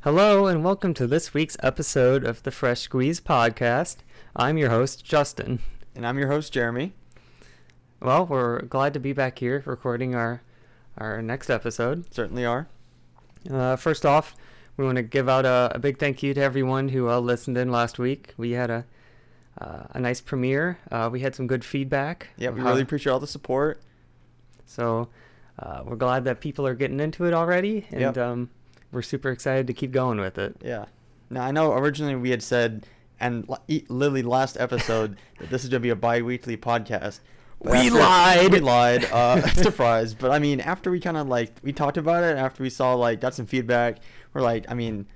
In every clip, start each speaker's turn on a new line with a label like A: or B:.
A: Hello, and welcome to this week's episode of the Fresh Squeeze podcast. I'm your host, Justin.
B: And I'm your host, Jeremy.
A: Well, we're glad to be back here recording our, our next episode.
B: Certainly are.
A: Uh, first off, we want to give out a, a big thank you to everyone who uh, listened in last week. We had a uh, a nice premiere. Uh, we had some good feedback.
B: Yeah,
A: of
B: we
A: how-
B: really appreciate all the support.
A: so uh, we're glad that people are getting into it already, and
B: Yep.
A: um, we're super excited to keep going with it.
B: Yeah. Now, I know originally we had said, and li- e- literally last episode, that this is going to be a bi weekly podcast. But
A: We
B: after-
A: lied!
B: We lied. Uh, surprise. But I mean, after we kind of like, we talked about it, after we saw, like, got some feedback, we're like, I mean,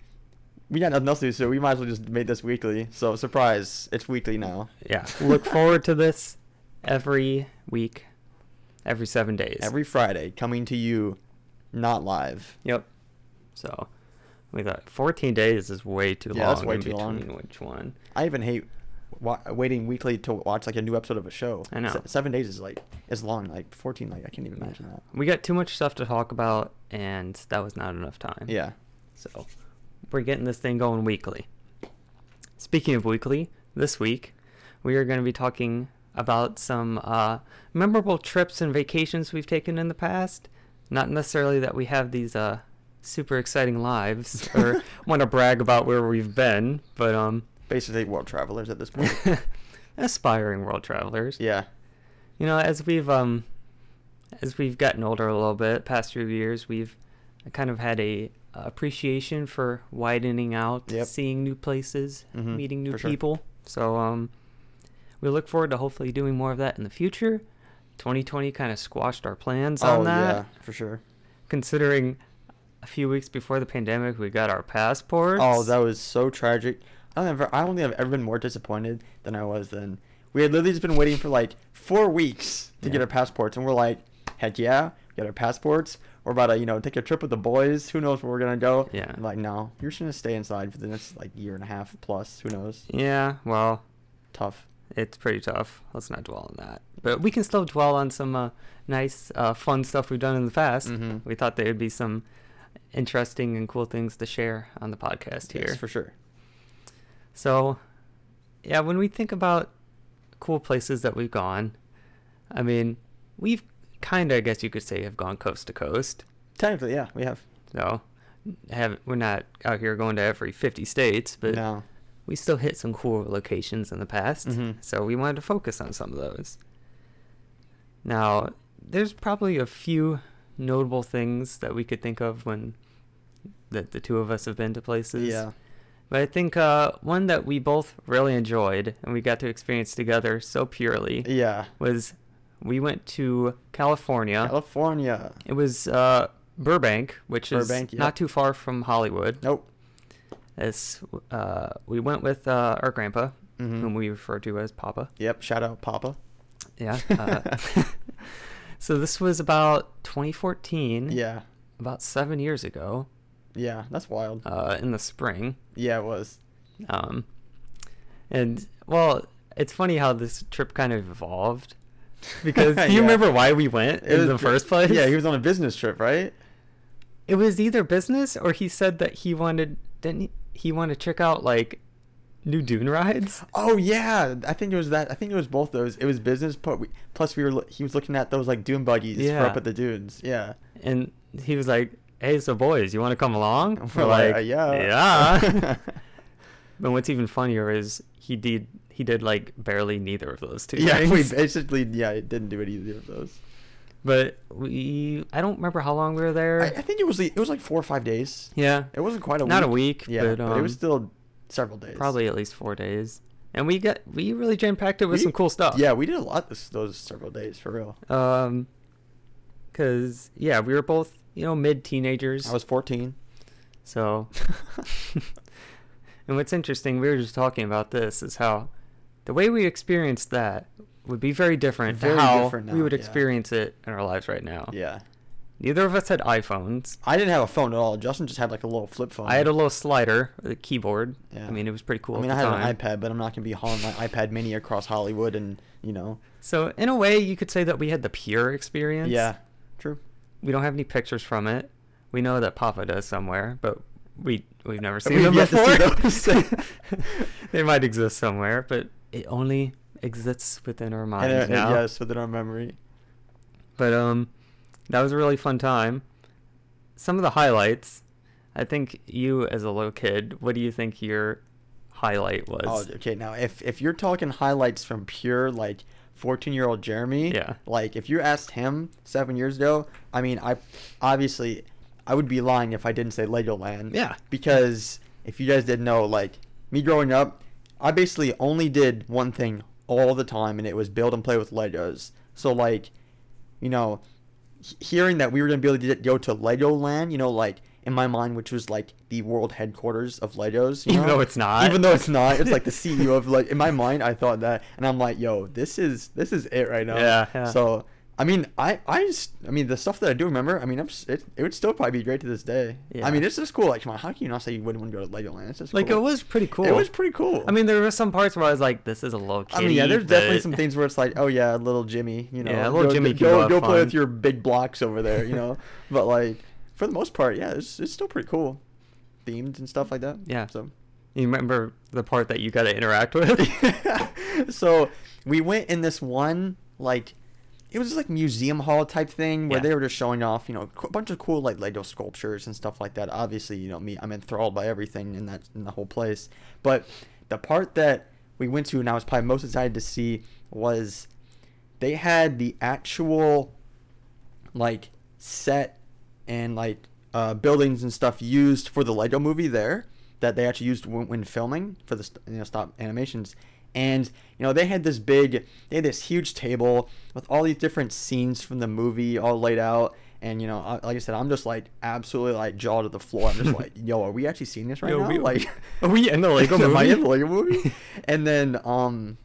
B: we got nothing else to do, so we might as well just make this weekly. So, surprise, it's weekly now.
A: Yeah, look forward to this every week, every seven days.
B: Every Friday, coming to you, not live.
A: Yep. So we thought 14 days is way too long.
B: Yeah, that's way
A: in
B: too long.
A: between Which one?
B: I even hate wa- waiting weekly to watch like a new episode of a show.
A: I know.
B: Se- seven days is like is long. Like fourteen, like I can't even imagine that.
A: We got too much stuff to talk about, and that was not enough time.
B: Yeah.
A: So we're getting this thing going weekly. Speaking of weekly, this week we are going to be talking about some uh, memorable trips and vacations we've taken in the past. Not necessarily that we have these uh, super exciting lives or want to brag about where we've been, but um,
B: Basically, world travelers at this point.
A: aspiring world travelers.
B: yeah.
A: You know, as we've um, as we've gotten older a little bit, past few years, we've kind of had a appreciation for widening out,
B: Yep.
A: seeing new places,
B: Mhm,
A: meeting new
B: for sure.
A: people. So um, we look forward to hopefully doing more of that in the future. 2020 kind of squashed our plans on that.
B: Oh, yeah, for sure.
A: Considering a few weeks before the pandemic, we got our passports.
B: Oh, that was so tragic. I don't ever. I don't think I've ever been more disappointed than I was then. We had literally just been waiting for like four weeks to
A: Yeah.
B: get our passports, and we're like, heck yeah, we got our passports. We're about to, you know, take a trip with the boys. Who knows where we're gonna go?
A: Yeah.
B: I'm like, no, you're just gonna stay inside for the next like year and a half plus. Who knows?
A: Yeah. Well,
B: Tough.
A: it's pretty tough. Let's not dwell on that. But we can still dwell on some uh, nice, uh, fun stuff we've done in the past.
B: Mhm.
A: We thought there would be some interesting and cool things to share on the podcast
B: Yes,
A: here.
B: for sure.
A: So, yeah, when we think about cool places that we've gone, I mean, we've kind of, I guess you could say, have gone coast to coast.
B: Technically, yeah, we have.
A: So, have we're not out here going to every 50 states, but
B: no,
A: we still hit some cool locations in the past,
B: Mhm.
A: so we wanted to focus on some of those. Now, there's probably a few notable things that we could think of when that the two of us have been to places.
B: yeah,
A: But I think uh, one that we both really enjoyed and we got to experience together so purely
B: yeah.
A: was we went to California.
B: California.
A: it was uh, Burbank, which
B: Burbank,
A: is
B: yeah.
A: not too far from Hollywood.
B: Nope.
A: It's, uh, we went with uh, our grandpa,
B: Mhm.
A: whom we refer to as Papa.
B: Yep. Shout out, Papa.
A: Yeah. Uh, so this was about 2014.
B: Yeah,
A: About seven years ago,
B: yeah. That's wild.
A: uh, in the spring.
B: yeah, it was.
A: Um, and well, it's funny how this trip kind of evolved. Because do you
B: Yeah.
A: remember why we went
B: It
A: in
B: was-
A: the first place?
B: Yeah, he was on a business trip, right?
A: it was either business or he said that he wanted didn't he, he want to check out like new dune rides.
B: Oh yeah, I think it was that. I think it was both those. It was business, but we, plus we were. lo- He was looking at those like dune buggies
A: Yeah.
B: for up at the dunes. Yeah.
A: And he was like, "Hey, so boys, you want to come along?"
B: And
A: We're like,
B: "Uh,
A: yeah." But what's even funnier is he did he did like barely neither of those two
B: yeah. We
A: things.
B: basically yeah didn't do it either of those.
A: but we I don't remember how long we were there.
B: I, I think it was like, it was like four or five days.
A: yeah,
B: It wasn't quite a
A: not
B: week.
A: a week.
B: Yeah,
A: but,
B: but, it was
A: um,
B: still several days.
A: probably at least four days. And we got we really jam packed it with
B: We-
A: some cool stuff.
B: Yeah, we did a lot this, those several days for real.
A: Um, cause yeah, we were both you know mid teenagers.
B: I was 14.
A: so. and what's interesting, we were just talking about this, is how the way we experienced that would be very different
B: Very
A: to how
B: different
A: we
B: now,
A: would
B: yeah.
A: experience it in our lives right now.
B: yeah.
A: Neither of us had iPhones.
B: I didn't have a phone at all. Justin just had like a little flip phone.
A: I had a little slider, a keyboard.
B: Yeah.
A: I mean, it was pretty cool.
B: I mean,
A: at
B: I
A: the
B: had
A: time.
B: an iPad, but I'm not gonna be hauling my iPad Mini across Hollywood and you know.
A: So in a way, you could say that we had the pure experience.
B: Yeah. True.
A: We don't have any pictures from it. We know that Papa does somewhere, but we we've never seen
B: We've
A: them
B: yet
A: before.
B: to see those.
A: they might exist somewhere, but it only exists within our minds
B: And, uh, and
A: now.
B: yes, within our memory.
A: But um, that was a really fun time. Some of the highlights. I think you, as a little kid, what do you think your highlight
B: Oh,
A: was?
B: okay. Now, if if you're talking highlights from pure like 14 year old Jeremy,
A: Yeah.
B: Like if you asked him seven years ago, I mean, I obviously I would be lying if I didn't say Legoland.
A: Yeah.
B: Because if you guys didn't know, like me growing up, I basically only did one thing all the time, and it was build and play with Legos. So like, you know, he- hearing that we were gonna be able to go to Legoland, you know, like in my mind, which was like the world headquarters of Legos. you
A: Even
B: know?
A: though it's not.
B: Even though it's not, it's like the CEO of like in my mind, I thought that, and I'm like, yo, this is this is it right now.
A: Yeah, yeah.
B: So I mean, I I just I mean the stuff that I do remember. I mean, I'm s- it, it would still probably be great to this day.
A: Yeah.
B: I mean, it's just cool. Like, come on, how can you not say you wouldn't want to go to Legoland? It's just
A: like
B: cool.
A: it was pretty cool.
B: It was pretty cool.
A: I mean, there were some parts where I was like, "This is a little
B: I
A: kitty."
B: mean, yeah, there's definitely
A: but-
B: some things where it's like, oh yeah, little Jimmy, you know,
A: Yeah, little
B: go,
A: Jimmy can
B: go,
A: have
B: go play
A: fun.
B: with your big blocks over there, you know. but like for the most part, yeah, it's it's still pretty cool, themed and stuff like that.
A: Yeah.
B: So.
A: You remember the part that you got to interact with?
B: so we went in this one like it was like museum hall type thing where
A: Yeah.
B: they were just showing off you know a bunch of cool like lego sculptures and stuff like that obviously you know me i'm enthralled by everything in that in the whole place but the part that we went to and i was probably most excited to see was they had the actual like set and like uh, buildings and stuff used for the Lego movie there that they actually used when, when filming for the st- you know stop animations. And you know they had this big, they had this huge table with all these different scenes from the movie all laid out. And you know, I- like I said, I'm just like absolutely like jaw to the floor. I'm just like, yo, are we actually seeing this right
A: Yo,
B: now?
A: we-
B: like,
A: are we in the Lego
B: Am I
A: movie?
B: in the Lego movie? and then, um,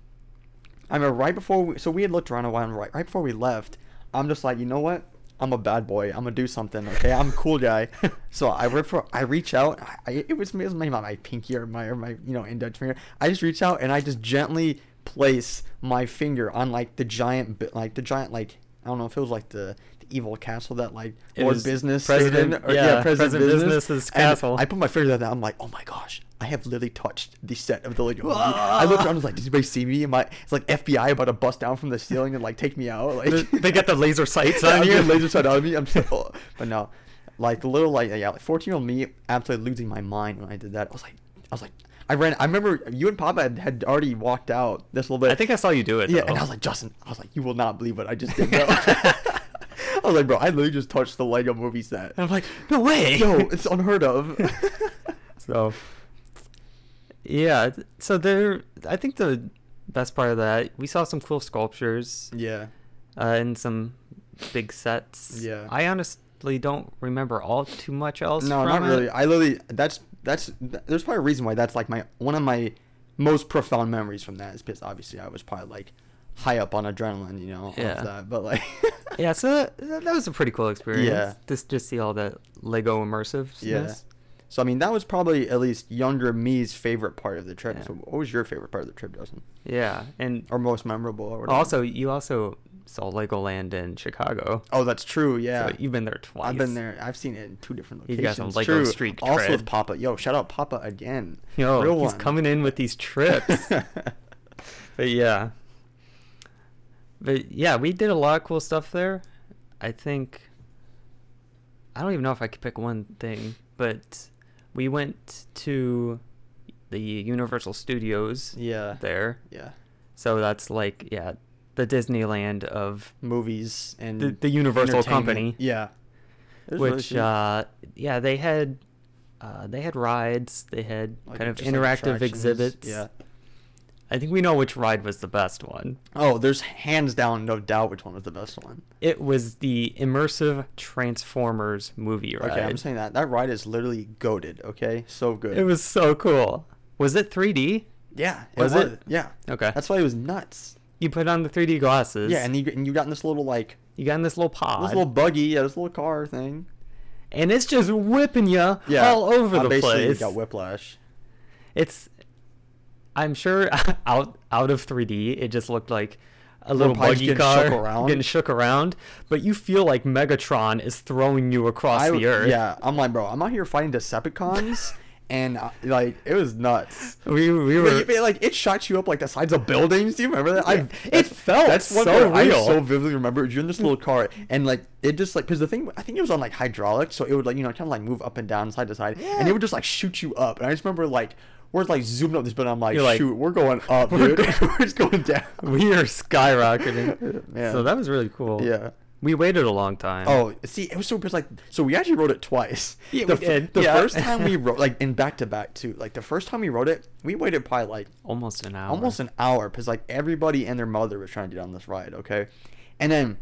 B: I remember right before we, so we had looked around a while and right, right before we left, I'm just like, you know what? I'm a bad boy. I'm gonna do something. Okay, I'm a cool guy. so I re- for, I reach out. I, I- it was it was my, my pinky or my or my you know index finger. I just reach out and I just gently place my finger on like the giant bi- like the giant like I don't know if it was like the, the evil castle that like
A: It
B: Lord
A: was
B: Business
A: President-
B: stayed in, or,
A: yeah,
B: yeah, President,
A: President
B: Business
A: Business's
B: And
A: castle.
B: I put my finger down there. I'm like, oh my gosh, I have literally touched the set of the Lego movie. I looked around and was like, did anybody see me? Am I, it's like FBI about to bust down from the ceiling and like take me out. Like
A: They- they got the laser sights
B: Yeah,
A: on
B: I'm
A: you.
B: getting Laser sight on me. I'm so, oh. but no, like the little like yeah, like 14 year old me, absolutely losing my mind when I did that. I was like, I was like, I ran. I remember you and Papa had, had already walked out this little bit.
A: I think I saw you do it.
B: Yeah,
A: though.
B: and I was like, Justin, I was like, you will not believe what I just did. Bro. I was like, bro, I literally just touched the Lego movie set.
A: And I'm like, no way.
B: Yo, it's unheard of.
A: so yeah, th- so there. I think the best part of that, we saw some cool sculptures
B: yeah.
A: uh, and some big sets.
B: Yeah.
A: I honestly don't remember all too much else.
B: No,
A: from
B: not
A: it.
B: really. I literally that's that's th- there's probably a reason why that's like my one of my most profound memories from that is because obviously I was probably like high up on adrenaline, you know,
A: Yeah.
B: of that. But like
A: Yeah, so that, that that was a pretty cool experience.
B: Yeah.
A: Just just see all that Lego immersive.
B: Yeah. So I mean that was probably at least younger me's favorite part of the trip.
A: Yeah.
B: So what was your favorite part of the trip, Justin?
A: Yeah, and
B: Or most memorable or whatever.
A: also you also saw Legoland in Chicago.
B: Oh that's true, yeah.
A: So you've been there twice.
B: I've been there. I've seen it in two different
A: He's
B: locations.
A: got some Lego
B: True.
A: streak
B: Also
A: cred.
B: with Papa. Yo, shout out Papa again.
A: Yo,
B: Real
A: he's
B: one.
A: coming in with these trips. but yeah. But yeah, we did a lot of cool stuff there. I think I don't even know if I could pick one thing, but we went to the Universal Studios
B: yeah.
A: there.
B: Yeah.
A: So that's like yeah, the Disneyland of
B: Hmm. movies and
A: The- the Universal
B: entertainment.
A: company.
B: Yeah, It was really
A: which
B: sweet.
A: uh yeah, they had uh, they had rides, they had
B: Like,
A: kind of
B: just, like,
A: interactive
B: attractions.
A: exhibits.
B: Yeah.
A: I think we know which ride was the best one.
B: Oh, there's hands down no doubt which one was the best one.
A: It was the immersive Transformers movie ride.
B: Okay, I'm saying that that ride is literally goaded. Okay, so good.
A: It was so cool. Was it 3D?
B: Yeah.
A: Was it?
B: Yeah.
A: Okay.
B: That's why it was nuts.
A: you put on the 3D glasses.
B: Yeah, and you and you got in this little like
A: you got in this little pod.
B: this little buggy, yeah, this little car thing.
A: and it's just whipping you
B: Yeah.
A: all over
B: I
A: the
B: basically
A: place.
B: Got whiplash.
A: it's I'm sure out out of 3D, it just looked like a little
B: pipes
A: buggy
B: getting
A: car
B: shook around.
A: getting shook around, but you feel like Megatron is throwing you across
B: I,
A: the earth.
B: Yeah, I'm like, bro, I'm out here fighting Decepticons, and uh, like it was nuts.
A: we we
B: But
A: were
B: you- but, like it shot you up like the sides of buildings. Do you remember that?
A: Yeah, it
B: that's-
A: felt
B: one
A: so
B: thing I
A: real. Mm.
B: so vividly remember. You're in this little car, and like it just like because the thing I think it was on like hydraulic, so it would like you know kind of like move up and down side to side, and
A: Yeah.
B: it would just like shoot you up. And I just remember like we're like zooming up this, but I'm like,
A: You're like,
B: shoot, we're going up,
A: we're
B: dude.
A: go-
B: we're just going down.
A: Oh, we are skyrocketing.
B: Yeah.
A: So that was really cool.
B: Yeah.
A: We waited a long time.
B: Oh, see, it was so because like so we actually wrote it twice.
A: Yeah,
B: the,
A: we
B: f-
A: did.
B: The
A: Yeah.
B: first time we wrote like in back to back too. Like the first time we wrote it, we waited probably like
A: almost an hour.
B: almost an hour because like everybody and their mother was trying to get on this ride. Okay, and then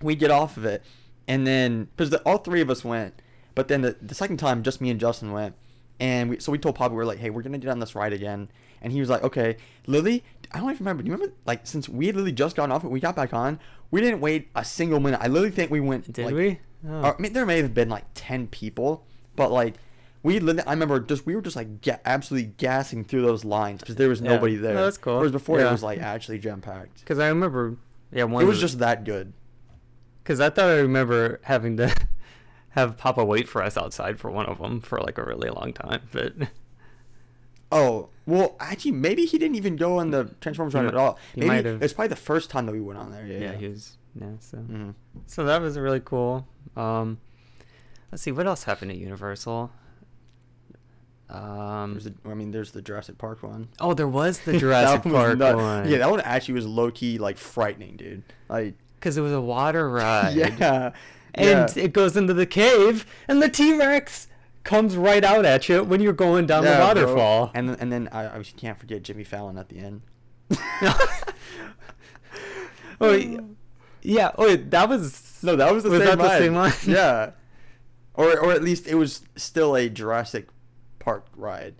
B: we get off of it, and then because the, all three of us went, but then the, the second time just me and Justin went, and we so we told Papa we were like, hey, we're gonna get on this ride again, and he was like, okay, Lily. I don't even remember. Do you remember, like, since we had literally just gotten off it, we got back on. We didn't wait a single minute. I literally think we went.
A: Did
B: like,
A: we? Oh.
B: or, I mean, there may have been like ten people, but like we, lit- I remember just we were just like ga- absolutely gassing through those lines because there was
A: Yeah.
B: nobody there.
A: No, that's cool.
B: Whereas before
A: Yeah.
B: it was like actually jam packed.
A: Because I remember, yeah, one.
B: It was just that good.
A: because I thought I remember having to have Papa wait for us outside for one of them for like a really long time. But
B: Oh well, actually, maybe he didn't even go on the Transformers
A: He
B: ride
A: mi-
B: at all.
A: he
B: Maybe
A: might have.
B: it's probably the first time that we went on there. Yeah,
A: yeah, he was yeah. So
B: Mhm.
A: so that was really cool. Um, let's see what else happened at Universal. Um,
B: There's the, I mean, there's the Jurassic Park one.
A: oh, there was the
B: That
A: Jurassic
B: was
A: Park
B: nut-
A: one.
B: Yeah, that one actually was low key like frightening, dude. Like,
A: because it was a water ride.
B: yeah, yeah.
A: and it goes into the cave, and the T Rex comes right out at you when you're going down
B: Yeah,
A: the
B: bro.
A: waterfall.
B: And then- and then I obviously can't forget Jimmy Fallon at the end.
A: oh, y- yeah. Oh, wait, that was
B: No, that was the
A: Was
B: same
A: that the
B: line.
A: same line?
B: Yeah. Or or at least it was still a Jurassic Park ride.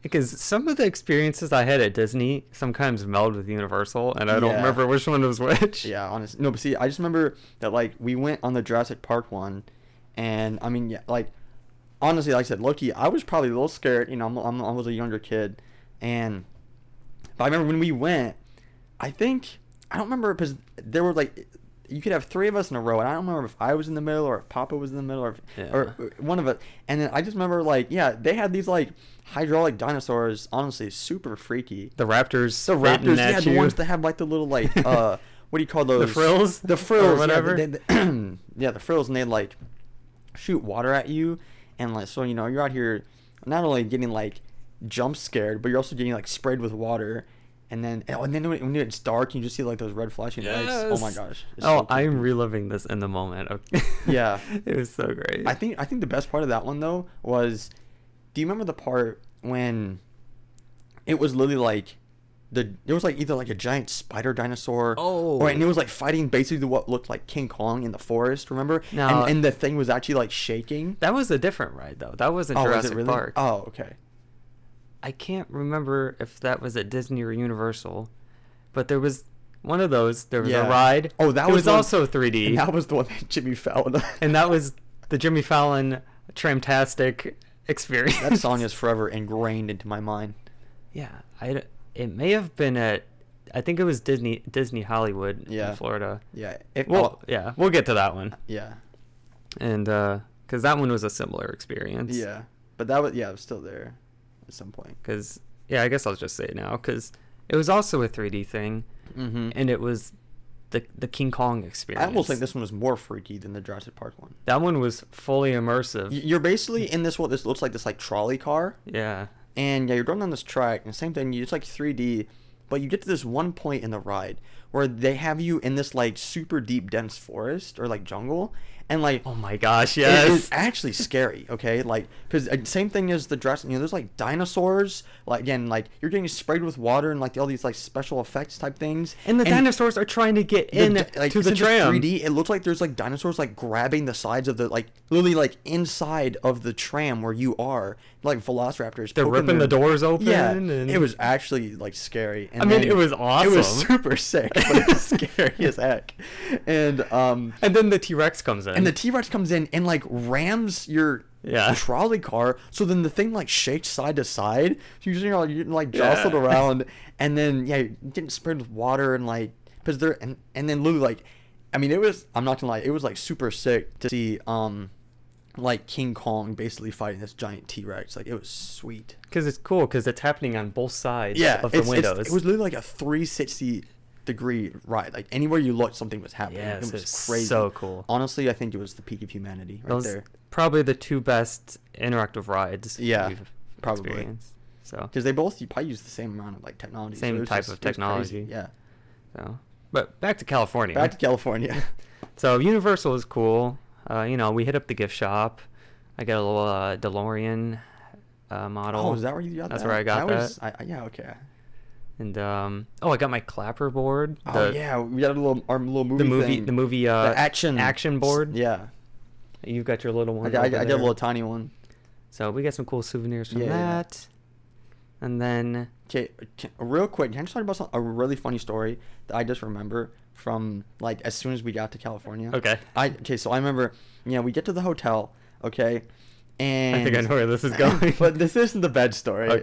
A: because some of the experiences I had at Disney sometimes meld with Universal, and I don't
B: Yeah.
A: remember which one was which.
B: Yeah, honestly. No, but see, I just remember that like we went on the Jurassic Park one and I mean yeah, like honestly, like I said, Loki, I was probably a little scared, you know, I'm, I'm I was a younger kid and but I remember when we went, I think I don't remember because there were like you could have three of us in a row, and I don't remember if I was in the middle or if Papa was in the middle or if, or
A: Yeah.
B: one of us. And then I just remember like yeah, they had these like hydraulic dinosaurs. Honestly, super freaky.
A: The Raptors.
B: The raptors,
A: spitting
B: yeah,
A: at
B: the
A: you.
B: ones that have like the little like uh, what do you call those?
A: frills?
B: The
A: Or
B: frills, yeah,
A: whatever?
B: they- they- yeah, the frills, and they like shoot water at you, and like so you know you're out here not only getting like jump scared, but you're also getting like sprayed with water. And then, oh, and then when when it's dark, you just see like those red flashing lights. Oh my
A: Yes.
B: gosh! it's
A: Oh,
B: so creepy.
A: I'm reliving this in the moment. Okay.
B: Yeah.
A: it was so great.
B: I think I think the best part of that one though was, do you remember the part when it was literally like the it was like either like a giant spider dinosaur
A: Oh.
B: or and it was like fighting basically what looked like King Kong in the forest. Remember?
A: No.
B: And, and the thing was actually like shaking.
A: that was a different ride though. That wasn't
B: oh,
A: Jurassic
B: was it really?
A: Park.
B: Oh, okay.
A: I can't remember if that was at Disney or Universal, but there was one of those. There was
B: Yeah.
A: a ride.
B: Oh, that
A: it
B: was
A: was,
B: the one-
A: also 3D,
B: And that was the one that Jimmy Fallon.
A: and that was the Jimmy Fallon tramtastic experience.
B: that song is forever ingrained into my mind.
A: Yeah, I. d- It may have been at. I think it was Disney Disney Hollywood
B: Yeah.
A: in Florida.
B: Yeah. It,
A: Well,
B: oh,
A: yeah, we'll get to that one,
B: yeah.
A: and because that one was a similar experience.
B: Yeah. But that was yeah, it was still there at some point.
A: Because yeah, I guess I'll just say it now. Because it was also a 3D thing,
B: Mm-hmm.
A: and it was the the King Kong experience.
B: I almost think this one was more freaky than the Jurassic Park one.
A: That one was fully immersive.
B: Y- You're basically in this what this looks like this like trolley car,
A: yeah.
B: and yeah, you're going down this track, and same thing. you- It's like 3D, but you get to this one point in the ride where they have you in this like super deep dense forest or like jungle, and like
A: Oh my gosh,
B: it
A: yes.
B: is actually scary. Okay, like because same thing as the dress. You know, there's like dinosaurs. Like again, like you're getting sprayed with water and like all these like special effects type things.
A: and the dinosaurs are trying to get in
B: di-
A: to the
B: since it's
A: tram.
B: 3D, it looks like there's like dinosaurs like grabbing the sides of the like literally like inside of the tram where you are, like velociraptors.
A: They're
B: poking
A: ripping
B: their-
A: the doors open.
B: Yeah,
A: and
B: it was actually like scary. And
A: I mean,
B: then-
A: it was
B: It was
A: awesome.
B: super sick, but it was scary as heck. And um,
A: And then the T Rex comes in.
B: and the T Rex comes in and like rams your
A: Yeah.
B: trolley car. So then the thing like shakes side to side. So you're, just, you're, like, you're, like jostled
A: Yeah.
B: around, and then yeah, you're getting sprayed with water and like because they're and, and then Lou like, I mean it was I'm not gonna lie it was like super sick to see um like King Kong basically fighting this giant T Rex like it was sweet.
A: Because it's cool because it's happening on both sides
B: Yeah,
A: of the
B: it's- it's-
A: windows.
B: it was literally like a 360 degree ride. Like anywhere you looked, something was happening.
A: Yes,
B: it was
A: it's
B: crazy.
A: so cool.
B: Honestly, I think it was the peak of humanity right
A: Those
B: there.
A: probably the two best interactive rides.
B: Yeah,
A: we've
B: probably.
A: experienced. So,
B: Because they both you probably use the same amount of like technology.
A: Same
B: it was
A: type of
B: it was crazy.
A: technology.
B: Yeah.
A: so, but back to California.
B: Back to California.
A: So Universal was cool. Uh, you know, we hit up the gift shop. I got a little uh, DeLorean uh, model.
B: oh, is that where you got
A: That's
B: that?
A: where I got that.
B: Was, I, I- yeah. Okay.
A: and um, oh, I got my clapper board.
B: oh
A: the-
B: yeah, we got a little our little movie.
A: the movie,
B: thing.
A: the movie, uh,
B: The action
A: action board.
B: Yeah.
A: you've got your little one.
B: I got, I,
A: over
B: got, I got a
A: there.
B: little tiny one.
A: So we got some cool souvenirs from
B: Yeah, yeah.
A: that. And then
B: Okay, can, real quick, can I just talk about some, a really funny story that I just remember from like as soon as we got to California?
A: Okay.
B: I okay, so I remember, yeah, we get to the hotel, okay, and
A: I know where this is going.
B: but this isn't the bed story.
A: Oh,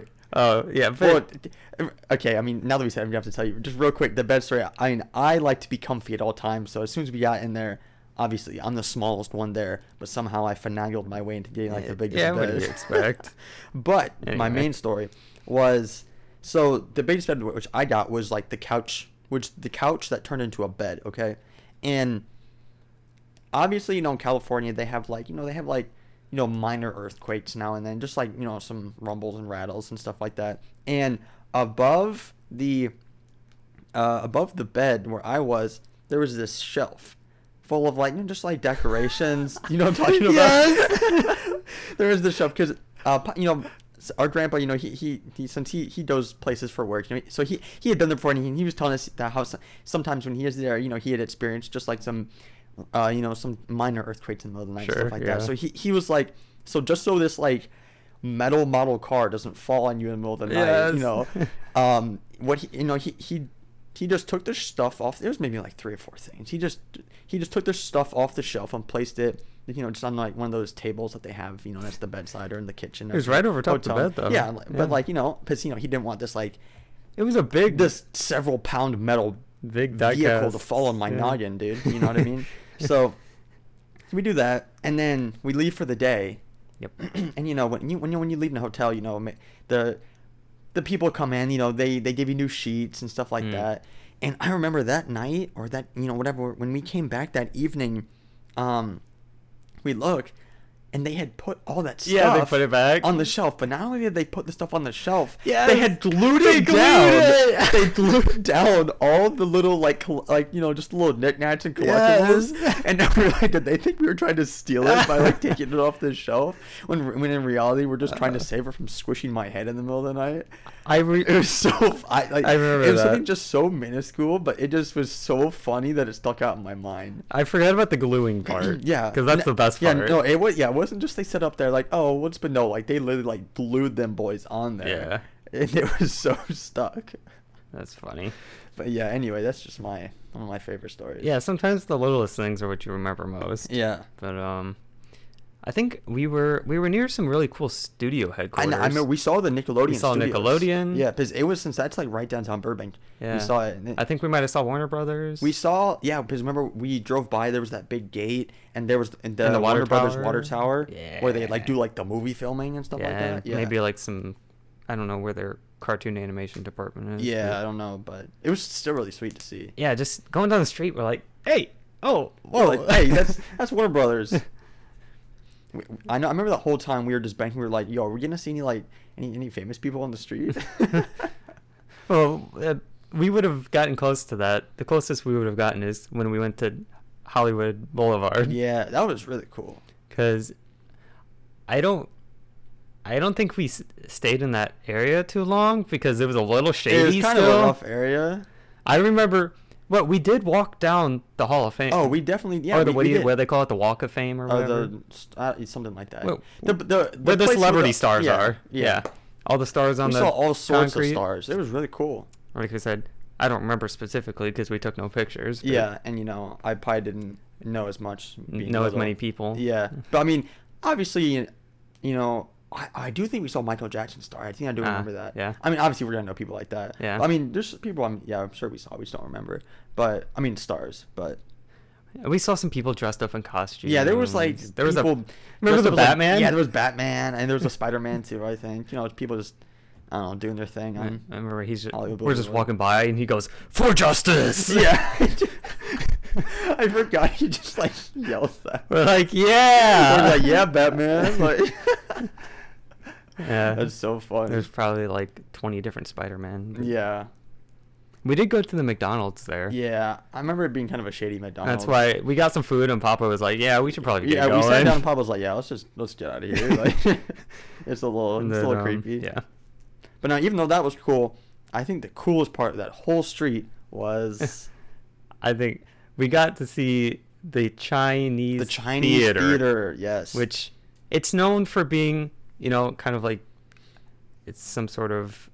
A: oh, yeah,
B: Well,
A: but
B: okay, I mean, now that we said, it, I'm gonna have to tell you just real quick the bed story. I mean, I like to be comfy at all times, so as soon as we got in there, obviously I'm the smallest one there, but somehow I finagled my way into getting like
A: Yeah,
B: the biggest
A: yeah,
B: bed.
A: what do you expect?
B: but my
A: Anyway.
B: main story was so the biggest bed which I got was like the couch, which the couch that turned into a bed, okay, and obviously, you know, in California, they have like, you know, they have like, you know, minor earthquakes now and then, just like, you know, some rumbles and rattles and stuff like that. And above the, uh, above the bed where I was, there was this shelf full of like, you know, just like decorations. You know what I'm talking about?
A: Yes.
B: there was this shelf because, uh, pa- you know, s- our grandpa, you know, he, he, he since he, he goes places for work, you know, so he, he had done there before and he, he was telling us that how s- sometimes when he is there, you know, he had experienced just like some, uh, you know, some minor earthquakes in the middle of the night and
A: Sure,
B: stuff like
A: yeah.
B: that. So he, he was like, so just so this like metal model car doesn't fall on you in the middle of the night, you
A: Yes.
B: know, um, what he, you know, he, he, he just took this stuff off. There was maybe like three or four things. He just, he just took this stuff off the shelf and placed it, you know, just on like one of those tables that they have, you know, next to the bedside or in the kitchen.
A: It was right over top of the bed, though.
B: Yeah, like-
A: Yeah.
B: but like you know, because you know he didn't want this like
A: it was a big,
B: this several pound metal
A: big
B: vehicle to
A: diecast.
B: fall on my
A: Yeah.
B: noggin, dude. You know what I mean? so we do that, and then we leave for the day.
A: Yep.
B: and you know when you when you when you leave in a hotel, you know ma- the the people come in, you know they they give you new sheets and stuff like
A: Mm.
B: that. And I remember that night or that you know whatever when we came back that evening, um, we look. And they had put all that stuff
A: Yeah, they put it back.
B: on the shelf. But not only did they put the stuff on the shelf,
A: Yes.
B: they had glued
A: They
B: it
A: glued
B: down.
A: it.
B: They glued down all the little like coll- like you know just little knickknacks and collectibles.
A: Yes.
B: And now we're like, did they think we were trying to steal it by like taking it off the shelf? When when in reality we're just trying to
A: Uh.
B: save her from squishing my head in the middle of the night.
A: I re-
B: It was so f- I, like,
A: I remember
B: it was
A: that.
B: something just so minuscule, but it just was so funny that it stuck out in my mind.
A: I forgot about the gluing part.
B: Yeah,
A: because that's
B: n-
A: the best
B: yeah,
A: part.
B: no, it was yeah, it wasn't just they set up there like oh what's but no like they literally like glued them boys on there. Yeah, and it was so stuck.
A: that's funny.
B: But yeah, anyway, that's just my one of my favorite stories.
A: Yeah, sometimes the littlest things are what you remember most.
B: yeah.
A: But um, I think we were we were near some really cool studio
B: I,
A: headquarters.
B: know, I mean, we saw the Nickelodeon.
A: We saw
B: studios.
A: Nickelodeon.
B: Yeah, because it was since that's like right downtown Burbank.
A: yeah.
B: We saw it. and it-
A: I think we might have saw Warner Brothers.
B: we saw yeah because remember we drove by there was that big gate and there was and the,
A: And the water
B: Warner Brothers
A: tower.
B: water tower where they like
A: Yeah.
B: do like the movie filming and stuff like
A: yeah,
B: that. Yeah,
A: maybe like some, I don't know where their cartoon animation department is.
B: yeah,
A: but-
B: I don't know, but it was still really sweet to see.
A: yeah, just going down the street, we're like, hey, oh,
B: Whoa,
A: whoa,
B: like, hey, that's that's Warner Brothers. We- I know. I remember the whole time we were just banking. We were like, "Yo, are we gonna see any like any any famous people on the street?"
A: Well, uh, we would have gotten close to that. The closest we would have gotten is when we went to Hollywood Boulevard.
B: yeah, that was really cool.
A: because I don't. I don't think we s- stayed in that area too long because it was a little shady.
B: it was kind
A: still.
B: of a rough area.
A: I remember. Well, we did walk down the Hall of Fame.
B: Oh, we definitely yeah.
A: or the
B: we,
A: what,
B: we
A: do you,
B: did.
A: what do they call it, the Walk of Fame or
B: or
A: whatever.
B: the uh, something like that.
A: Well,
B: the, the, the
A: where the
B: place with
A: celebrity stars
B: yeah,
A: are.
B: Yeah,
A: all the stars on
B: we
A: the
B: saw all sorts
A: concrete.
B: of stars. It was really cool.
A: Like I said, I don't remember specifically because we took no pictures. but
B: Yeah, and you know, I probably didn't know as much. being
A: know as
B: little.
A: many people.
B: Yeah, but I mean, obviously, you know, I, I do think we saw Michael Jackson star. I think I do
A: Ah,
B: remember that.
A: yeah.
B: I mean, obviously, we're gonna know people like that.
A: Yeah.
B: I mean, there's people. I'm yeah, I'm sure we saw. We just don't remember. But I mean stars, but
A: We saw some people dressed up in costumes.
B: yeah, there was like
A: there was
B: people
A: a remember
B: dressed
A: the
B: up as, like-
A: Batman.
B: yeah, there was Batman and there was a Spider Man too. I think you know people just I don't know doing their thing.
A: I
B: On,
A: Mm, I remember he's just,
B: Hollywood
A: we're just
B: Boulevard.
A: walking by and he goes for justice.
B: yeah, I forgot he just like yells that.
A: We're like, yeah.
B: We're like, yeah, Batman. Like,
A: Yeah.
B: that's so funny.
A: There's probably like 20 different Spider-Man.
B: yeah,
A: We did go to the McDonald's there.
B: yeah. I remember it being kind of a shady McDonald's.
A: That's why we got some food and Papa was like, yeah, we should probably get
B: yeah,
A: going.
B: we sat down. and Pablo's like, yeah, let's just let's get out of here. Like, it's a little,
A: And
B: it's a
A: then,
B: little
A: um,
B: creepy.
A: Yeah.
B: But now, even though that was cool, I think the coolest part of that whole street was
A: I think we got to see the Chinese
B: the Chinese theater. Yes.
A: which it's known for being, you know, kind of like it's some sort of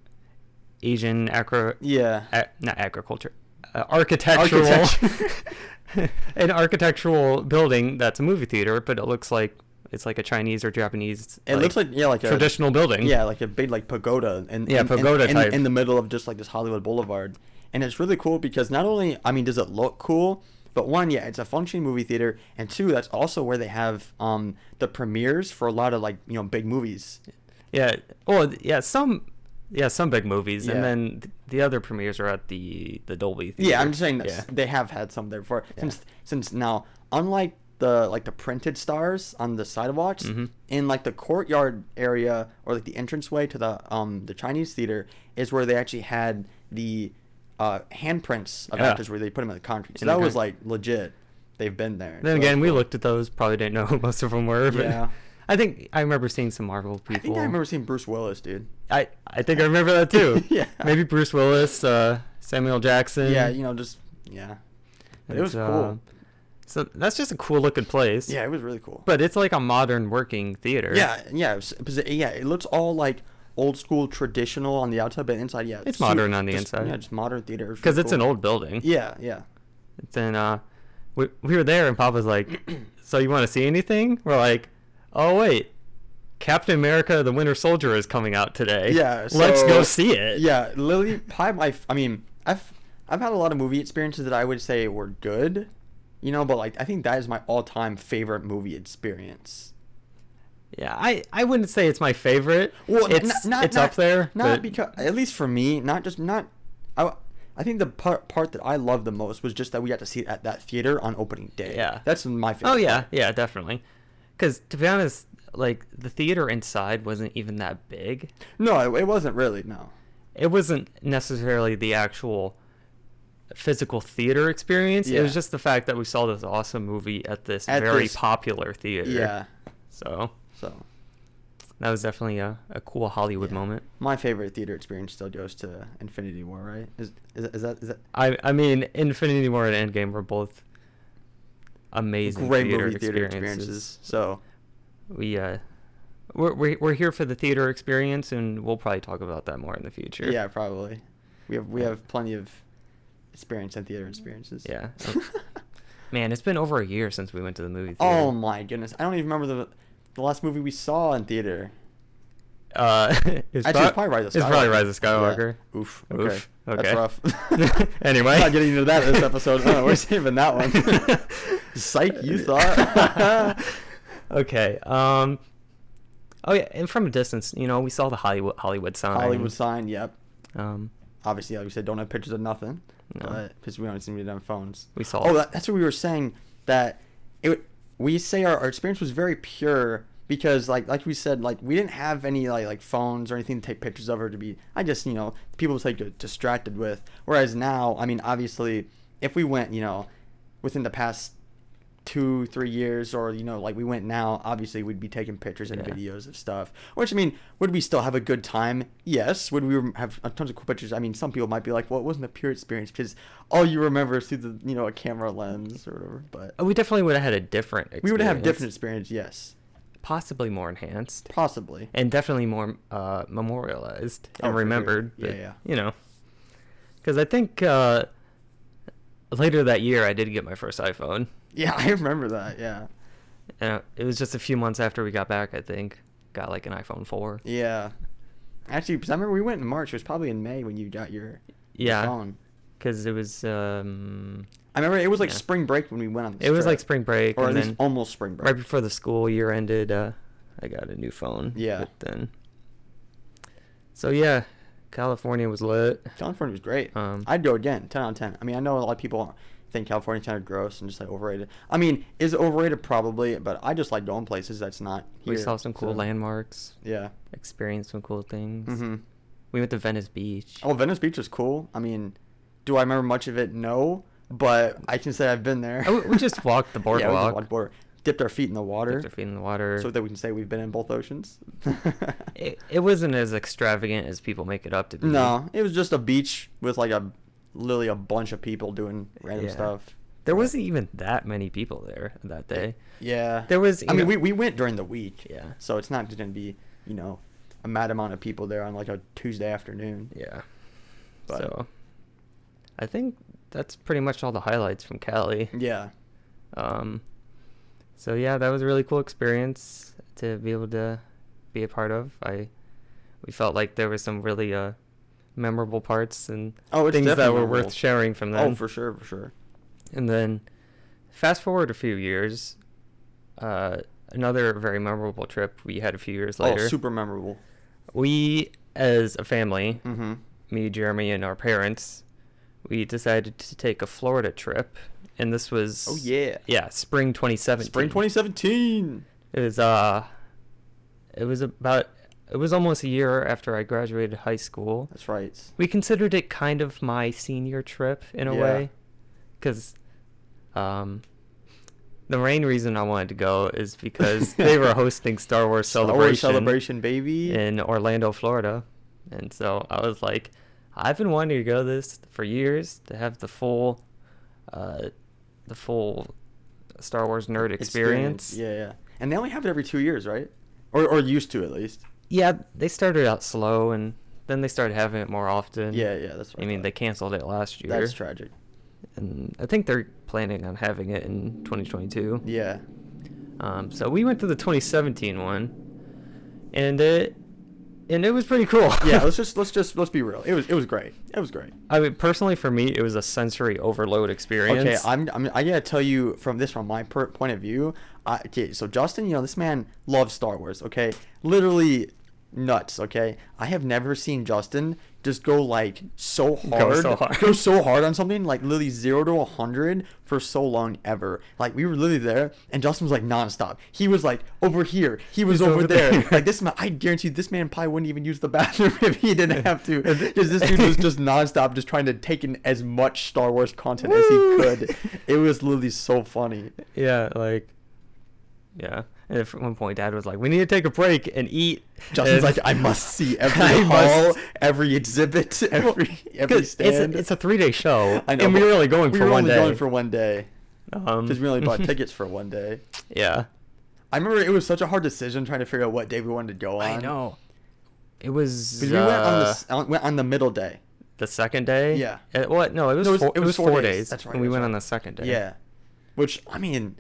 A: Asian acro
B: yeah.
A: a- not agriculture, uh, architectural,
B: Architecture.
A: an architectural building that's a movie theater, but it looks like it's like a Chinese or Japanese.
B: It looks like yeah, like a
A: traditional building.
B: Yeah, like a big like pagoda and
A: Yeah, pagoda
B: in,
A: type.
B: in the middle of just like this Hollywood Boulevard. And it's really cool because not only I mean does it look cool, but one, yeah, it's a functioning movie theater, and two, that's also where they have um the premieres for a lot of like, you know, big movies.
A: yeah. Well, yeah, some, yeah, some big movies,
B: Yeah.
A: and then th- the other premieres are at the the Dolby. Theater.
B: Yeah, I'm just saying that
A: Yeah.
B: s- they have had some there before. Since since now, unlike the like the printed stars on the sidewalks
A: Mm-hmm.
B: in like the courtyard area or like the entranceway to the um the Chinese theater is where they actually had the uh handprints of
A: Yeah.
B: actors where they put them in the concrete. So
A: In the
B: that was
A: con-
B: like legit. They've been there.
A: Then
B: So
A: again,
B: that's
A: we
B: cool.
A: looked at those. Probably didn't know who most of them were. But
B: Yeah.
A: I think I remember seeing some Marvel people.
B: I think I remember seeing Bruce Willis, dude.
A: I, I think I remember that too.
B: Yeah.
A: Maybe Bruce Willis, uh, Samuel Jackson.
B: yeah, you know, just yeah. But it
A: It's,
B: was cool.
A: uh, so that's just a cool looking place.
B: yeah, it was really cool.
A: But it's like a modern working theater.
B: Yeah, yeah, it was- it was- yeah. It looks all like old school, traditional on the outside, but inside, yeah,
A: It's
B: su-
A: modern on the
B: just-
A: inside.
B: Yeah, just modern theater. It was
A: Because
B: really
A: it's an
B: cool.
A: old building.
B: Yeah, yeah.
A: Then uh, we, we were there and Papa's like, so you want to see anything? We're like, oh, wait. Captain America the Winter Soldier is coming out today.
B: Yeah,
A: Let's
B: so-
A: go see it.
B: Yeah, Lily Pie. My, f- I mean, I've I've had a lot of movie experiences that I would say were good, you know, but like I think that is my all-time favorite movie experience.
A: Yeah. I, I wouldn't say it's my favorite.
B: Well,
A: it's,
B: n- not,
A: it's
B: not,
A: up there.
B: Not
A: but-
B: because, at least for me, not just not. I, I think the part, part that I loved the most was just that we got to see it at that theater on opening day.
A: Yeah.
B: that's my favorite.
A: Oh yeah,
B: part.
A: yeah, definitely. Because to be honest, like the theater inside wasn't even that big.
B: No, it, it wasn't really. No.
A: It wasn't necessarily the actual physical theater experience. It was
B: Yeah.
A: just the fact that we saw this awesome movie at this
B: At
A: very
B: this-
A: popular theater.
B: Yeah.
A: So
B: So
A: that was definitely a, a cool Hollywood
B: Yeah.
A: moment.
B: my favorite theater experience still goes to Infinity War, right? Is is, is that is that
A: I I mean, Infinity War and Endgame were both amazing
B: great
A: theater
B: movie theater
A: experiences.
B: experiences? So
A: We uh. We're, we're, we're here for the theater experience, and we'll probably talk about that more in the future.
B: yeah, probably. We have we
A: Yeah.
B: have plenty of experience in theater experiences.
A: Yeah. Oh. Man, it's been over a year since we went to the movie theater.
B: oh my goodness, I don't even remember the the last movie we saw in theater.
A: Uh, it's
B: Actually, it's probably Rise of Skywalker.
A: It's probably Rise of
B: Yeah.
A: Skywalker.
B: Oof. Okay. That's
A: okay.
B: rough.
A: Anyway.
B: We're not getting into that this episode. No, we're saving that one. Psych, you thought.
A: okay. Um. Oh yeah, and from a distance, you know, we saw the Hollywood Hollywood sign.
B: Hollywood sign. Yep.
A: Um.
B: Obviously, like we said, don't have pictures of nothing.
A: No.
B: But because we don't seem to be on phones.
A: We saw
B: Oh,
A: it.
B: that, that's what we were saying. That it. would- We say our, our experience was very pure because, like, like we said, like we didn't have any like like phones or anything to take pictures of or to be. I just you know people was like distracted with. Whereas now, I mean, obviously, if we went, you know, within the past two three years or you know like we went now obviously we'd be taking pictures and
A: Yeah.
B: videos of stuff which i mean would we still have a good time yes would we have tons of cool pictures i mean some people might be like well it wasn't a pure experience because all you remember is through the you know a camera lens or whatever but
A: We definitely would have had a different. Experience,
B: we would have different experience yes
A: possibly more enhanced,
B: possibly
A: and definitely more uh, memorialized
B: Oh,
A: and
B: for sure.
A: remembered.
B: Yeah,
A: but,
B: yeah.
A: You know, because I think uh, later that year I did get my first iPhone.
B: yeah i remember that yeah
A: Uh, it was just a few months after we got back, I think. Got like an iPhone 4.
B: yeah actually because i remember we went in march it was probably in may when you got your your
A: Yeah.
B: phone
A: because it was um,
B: I remember it was like
A: Yeah.
B: spring break when we went on this
A: it was
B: trip.
A: like spring break
B: or at
A: and
B: least
A: then
B: almost spring break.
A: right before the school year ended. Uh, I got a new phone.
B: Yeah.
A: but then. So yeah, California was lit.
B: California was great.
A: Um,
B: I'd go again, ten out of ten. I mean, I know a lot of people think California's kind of gross and just like overrated. I mean, is it overrated probably, but I just like going places that's not. Here,
A: we saw some cool
B: so-
A: landmarks,
B: Yeah.
A: experienced some cool things.
B: hmm
A: We went to Venice Beach.
B: Oh, Venice Beach was cool. I mean, do I remember much of it? No, but I can say I've been there.
A: Oh, we just walked the
B: Yeah, we
A: boardwalk.
B: just walked the boardwalk. Dipped our feet in the water,
A: Dipped our feet in the water.
B: so that we can say we've been in both oceans.
A: it, it wasn't as extravagant as people make it up to be.
B: No, it was just a beach with like a literally a bunch of people doing random
A: Yeah.
B: stuff.
A: There
B: But-
A: wasn't even that many people there that day.
B: Yeah.
A: There was,
B: I
A: you
B: mean,
A: know-
B: we, we went during the week.
A: Yeah.
B: So it's not just gonna be you know a mad amount of people there on like a Tuesday afternoon.
A: Yeah.
B: But-
A: so I think that's pretty much all the highlights from Cali.
B: Yeah.
A: Um so yeah, that was a really cool experience to be able to be a part of. I we felt like there were some really uh memorable parts and
B: Oh, it's
A: things that
B: definitely
A: were
B: memorable.
A: worth sharing from them.
B: Oh, for sure, for sure.
A: And then fast forward a few years, uh, another very memorable trip we had a few years later.
B: Oh, super memorable.
A: We, as a family,
B: Mm-hmm.
A: me, Jeremy, and our parents, we decided to take a Florida trip. And this was.
B: Oh, yeah.
A: Yeah, spring 2017.
B: Spring 2017.
A: It was, uh, it was about. It was almost a year after I graduated high school.
B: That's right.
A: We considered it kind of my senior trip in a
B: Yeah.
A: way, because um, the main reason I wanted to go is because they were hosting Star Wars
B: Star Wars
A: Celebration,
B: Celebration, baby.
A: in Orlando, Florida, and so I was like, I've been wanting to go this for years to have the full, uh, the full Star Wars nerd experience.
B: Yeah, yeah. And they only have it every two years, right? Or or used to at least.
A: Yeah, they started out slow and then they started having it more often.
B: Yeah, yeah, that's what
A: I
B: I
A: mean,
B: thought.
A: they canceled it last year.
B: That's tragic.
A: and I think they're planning on having it in 2022.
B: Yeah.
A: Um, so we went to the 2017 one, and it and it was pretty cool.
B: Yeah, let's just let's just let's be real. It was it was great. It was great.
A: I mean, personally, for me, it was a sensory overload experience.
B: Okay, I'm, I'm I gotta tell you from this from my per- point of view. I, okay, so Justin, you know this man loves Star Wars. Okay, literally nuts. Okay, I have never seen Justin just go like so hard,
A: so hard.
B: go so hard on something like literally zero to a hundred for so long ever. Like we were literally there, and Justin was like nonstop. He was like over here, he was over,
A: over
B: there.
A: there.
B: Like this man, I guarantee you, this man probably wouldn't even use the bathroom if he didn't have to, because this dude was just nonstop, just trying to take in as much Star Wars content as he
A: Woo!
B: could. It was literally so funny.
A: yeah, like yeah. And at one point, Dad was like, "We need to take a break and eat."
B: Justin's
A: and-
B: like, I must see every
A: I
B: hall,
A: must-
B: every exhibit, every every
A: 'Cause it's
B: stand.
A: a, it's a three-day show,
B: I know,
A: and we
B: but
A: were only going
B: we
A: for
B: were
A: one
B: only
A: day.
B: going for one day
A: um,
B: because we only bought tickets for one day.
A: Yeah,
B: I remember it was such a hard decision trying to figure out what day we wanted to go on.
A: I know. It was.
B: 'Cause we went on the
A: uh,
B: s- on, went on the middle day.
A: The second day?
B: Yeah.
A: Uh, what? No, it was,
B: No,
A: four, it was four, days.
B: That's right,
A: And we
B: that's
A: went on
B: right.
A: the second day.
B: Yeah. Which I mean,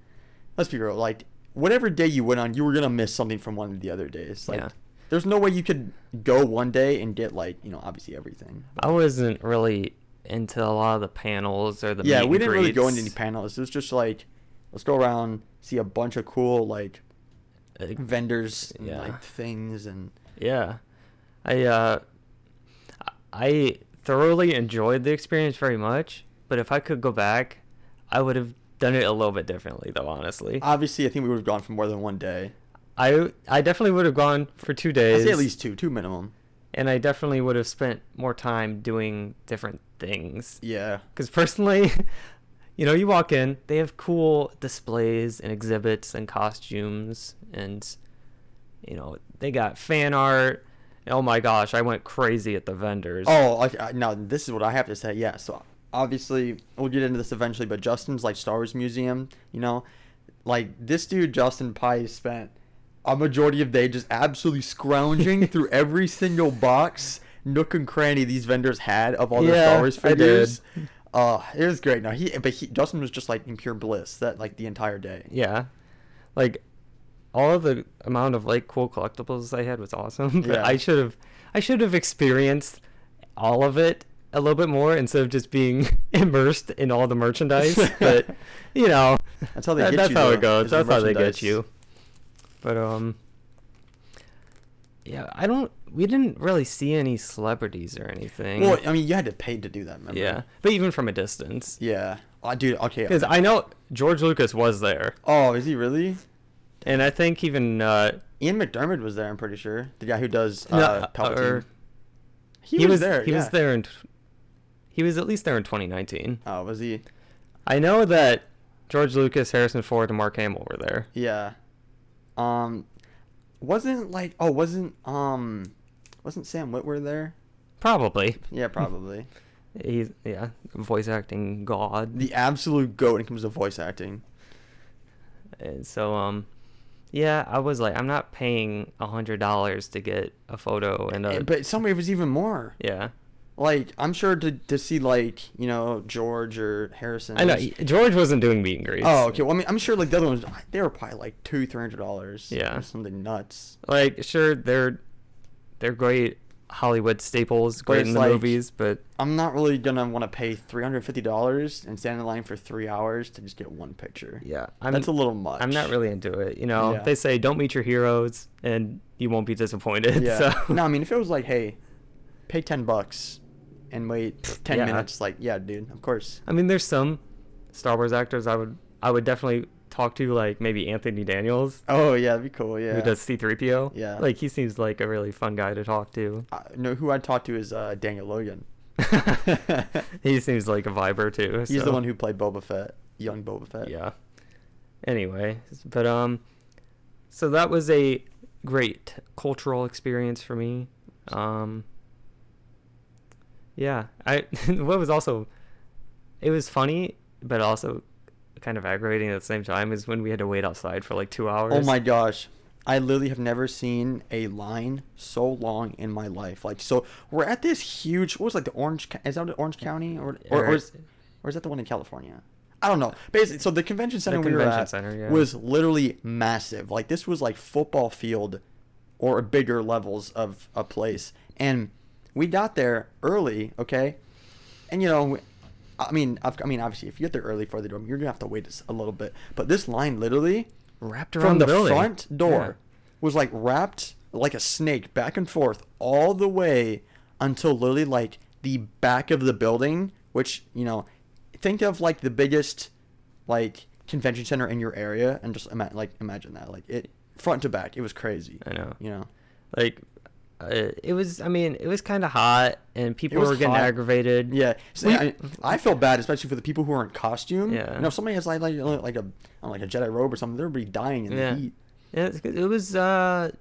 B: let's be real. Like whatever day you went on, you were gonna miss something from one of the other days. Like
A: Yeah.
B: there's no way you could go one day and get like you know obviously everything.
A: I wasn't really into a lot of the panels or the
B: yeah,
A: meet
B: we
A: and
B: didn't really go into any
A: greets.
B: panels. It was just like let's go around, see a bunch of cool like
A: Uh,
B: vendors, and,
A: yeah.
B: like things, and
A: yeah. I uh I thoroughly enjoyed the experience very much, but if I could go back, I would have done it a little bit differently though, honestly.
B: obviously I think we would have gone for more than one day.
A: I I definitely would have gone for 2
B: I
A: days.
B: say at least two, two minimum.
A: and I definitely would have spent more time doing different things.
B: Yeah.
A: Because personally, you know, you walk in, they have cool displays and exhibits and costumes, and you know, they got fan art. Oh my gosh, I went crazy at the vendors.
B: Oh, like I, now this is what I have to say. Yeah, so obviously we'll get into this eventually, but Justin's like Star Wars Museum, you know, like this dude Justin Pye spent a majority of the day just absolutely scrounging through every single box, nook and cranny these vendors had of all their Star
A: Yeah,
B: Wars
A: I did.
B: figures. Uh, it was great. Now he, but he, Justin was just like in pure bliss that like the entire day.
A: yeah, like all of the amount of like cool collectibles I had was awesome. But
B: Yeah.
A: I should have, I should have experienced all of it a little bit more instead of just being immersed in all the merchandise. but you know,
B: That's how they
A: that-
B: get
A: that's
B: you,
A: how
B: though,
A: it goes.
B: is the
A: That's how they get
B: merchandise.
A: you. But um, yeah, I don't. We didn't really see any celebrities or anything.
B: Well, I mean, you had to pay to do that, remember?
A: yeah, but even from a distance,
B: Yeah. Oh, dude, okay.
A: because I know George Lucas was there,
B: oh, is he really?
A: and I think even uh,
B: Ian McDermott was there, I'm pretty sure. The guy who does
A: No,
B: uh,
A: uh,
B: Palpatine.
A: or-
B: he, was there.
A: He was
B: yeah.
A: there in. t- He was at least there in 2019.
B: Oh, was he?
A: I know that George Lucas, Harrison Ford, and Mark Hamill were there.
B: Yeah. Um, wasn't like oh wasn't um wasn't Sam Witwer there?
A: Probably.
B: Yeah, probably.
A: He's yeah, voice acting god.
B: the absolute goat when it comes to voice acting.
A: And so um, yeah, I was like, I'm not paying a hundred dollars to get a photo and a
B: but somewhere it was even more.
A: yeah.
B: Like I'm sure to to see like you know George or Harrison.
A: I know
B: was-
A: George wasn't doing meet and greets.
B: Oh, okay. Well, I mean, I'm sure like the other ones they were probably like two, three hundred dollars.
A: Yeah.
B: or something nuts.
A: Like sure, they're they're great Hollywood staples, great
B: it's
A: in the
B: like-
A: movies, but
B: I'm not really gonna want to pay three hundred fifty dollars and stand in line for three hours to just get one picture.
A: yeah, I'm
B: that's a little much.
A: I'm not really into it. You know,
B: Yeah.
A: they say don't meet your heroes and you won't be disappointed.
B: Yeah.
A: So
B: No, I mean, if it was like, hey, pay ten bucks and wait ten
A: yeah.
B: minutes, like, yeah, dude, of course.
A: I mean, there's some Star Wars actors I would I would definitely talk to, like maybe Anthony Daniels,
B: Oh yeah, that'd be cool. Yeah.
A: who does C-3PO.
B: Yeah.
A: like he seems like a really fun guy to talk to.
B: I, no, who I talked to is uh, Daniel Logan.
A: he seems like a viber too.
B: He's
A: so-
B: the one who played Boba Fett, young Boba Fett.
A: Yeah. Anyway, but um, so that was a great cultural experience for me. Um. Yeah, I what was also, it was funny, but also kind of aggravating at the same time is when we had to wait outside for like two hours.
B: Oh my gosh. I literally have never seen a line so long in my life. Like so, we're at this huge. What was like the Orange? Co- Is that the Orange County or or, or, is, or is that the one in California? I don't know. Basically, so the convention center we were
A: convention
B: at
A: center, yeah.
B: was literally massive. Like this was like football field or bigger levels of a place. And we got there early, okay? And you know, I mean, I've, I mean, obviously, if you get there early for the dorm, you're gonna have to wait a little bit. But this line literally
A: wrapped around
B: from the
A: building.
B: front door was like wrapped like a snake back and forth all the way until literally like the back of the building, which you know, think of like the biggest like convention center in your area, and just ima- like imagine that like it front to back. It was crazy.
A: I know.
B: You know.
A: Like, uh, it was. I mean, it was kind of hot, and people
B: was
A: were getting
B: hot.
A: aggravated.
B: Yeah, so
A: We-
B: I, I feel bad, especially for the people who are in costume.
A: Yeah.
B: you know, if somebody has like like, like a like a Jedi robe or something, they're be dying in
A: Yeah.
B: the heat.
A: Yeah, it's good. it was uh,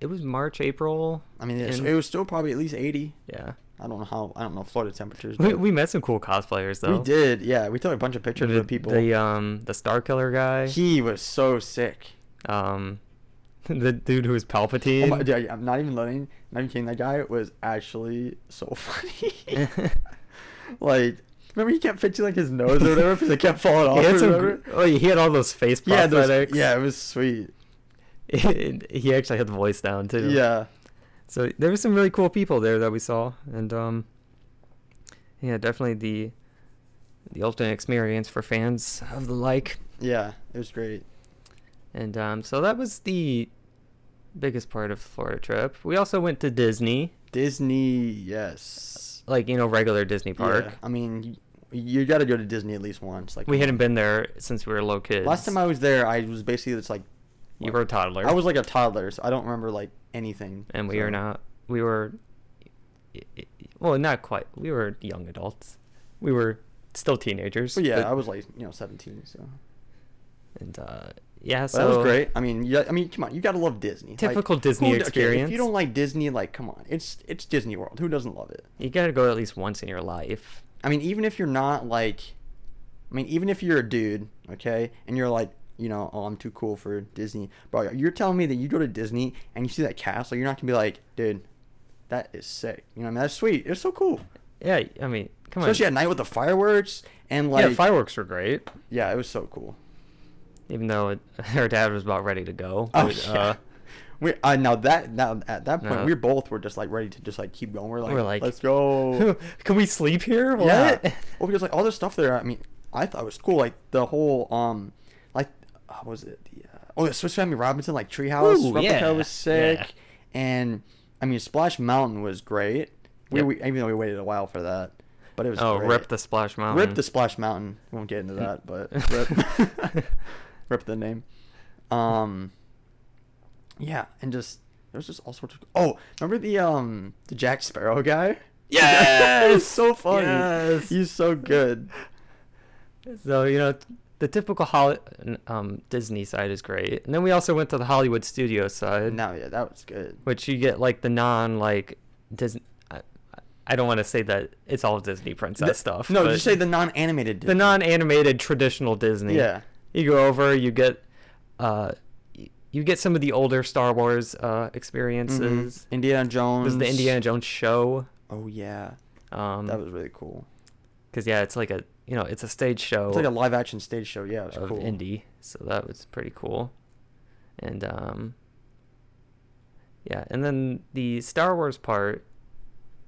A: it was March, April.
B: I mean, it's,
A: and-
B: it was still probably at least eighty.
A: yeah.
B: I don't know how. I don't know Florida temperatures.
A: We,
B: but-
A: we met some cool cosplayers though.
B: we did. Yeah, we took a bunch of pictures
A: The,
B: of people.
A: the um the Star Killer guy.
B: he was so sick.
A: um, the dude who was Palpatine.
B: Oh my, dude, I'm not even letting. Not even kidding. That guy was actually so funny. like, remember he kept pinching like his nose or whatever because it kept falling off.
A: he had some.
B: remember?
A: gr- Oh, he had all those face
B: yeah, those-
A: prosthetics.
B: yeah, it was sweet.
A: he actually had the voice down too.
B: Yeah.
A: So there were some really cool people there that we saw, and um, yeah, definitely the the ultimate experience for fans of the like.
B: Yeah, it was great.
A: And um, so that was the biggest part of the Florida trip. We also went to Disney,
B: Disney, yes.
A: like you know, regular Disney park.
B: Yeah, I mean, you, you got to go to Disney at least once. Like
A: We hadn't been there since we were little kids.
B: Last time I was there, I was basically just like
A: you were a toddler.
B: I was like a toddler, so I don't remember like anything.
A: and we
B: so-
A: are not. We were, well, not quite. We were young adults. We were still teenagers.
B: But yeah,
A: but-
B: I was like you know seventeen, so.
A: And uh, yeah,
B: But
A: so
B: that was great. I mean, yeah, I mean, come on, you gotta love Disney. Like,
A: Typical Disney
B: who- okay, if
A: experience.
B: you don't like Disney, like come on, it's it's Disney World. Who doesn't love it?
A: You gotta go at least once in your life.
B: I mean, even if you're not like, I mean, even if you're a dude, okay, and you're like, you know, oh, I'm too cool for Disney, bro. You're telling me that you go to Disney and you see that castle, you're not gonna be like, dude, that is sick. You know, what I mean, that's sweet. It's so cool,
A: Yeah, I mean, come
B: especially
A: on.
B: at night with the fireworks and like,
A: Yeah,
B: yeah,
A: fireworks were great.
B: it was so cool.
A: Even though it, her dad was about ready to go.
B: Oh
A: but,
B: yeah.
A: uh,
B: We uh, now that now at that point
A: Uh-huh.
B: we both were just like ready to just like keep going. We're like,
A: We're like,
B: let's go.
A: Can we sleep here? What?
B: yeah. Well, because like all this stuff there, I mean, I thought was cool. Like the whole um, like uh, what was it the uh, oh the Swiss Family Robinson like treehouse
A: Ooh,
B: replica
A: yeah,
B: was sick,
A: yeah.
B: and I mean Splash Mountain was great. We,
A: Yep.
B: we even though we waited a while for that, but it was
A: Oh,
B: great.
A: rip the Splash Mountain.
B: Rip the Splash Mountain. We won't get into that, but rip, rip the name. Um, yeah, and just there's just all sorts of. Oh, remember the um the Jack Sparrow guy?
A: Yes!
B: he's so funny.
A: Yes!
B: He's so good.
A: So you know, the typical Holly, um, Disney side is great, and then we also went to the Hollywood studio side,
B: No, yeah, that was good.
A: which you get like the non like Disney. I, I don't want to say that it's all Disney princess
B: The-
A: stuff.
B: No,
A: but
B: just say the non-animated.
A: the non-animated traditional Disney.
B: Yeah.
A: You go over, you get, uh, y- you get some of the older Star Wars uh experiences.
B: Mhm. Indiana Jones.
A: There's the Indiana Jones show.
B: Oh yeah,
A: Um,
B: that was really cool.
A: because yeah, it's like a you know it's a stage show.
B: It's like a live-action stage show. Yeah, it was
A: of
B: cool.
A: indie, so that was pretty cool. And um, yeah, and then the Star Wars part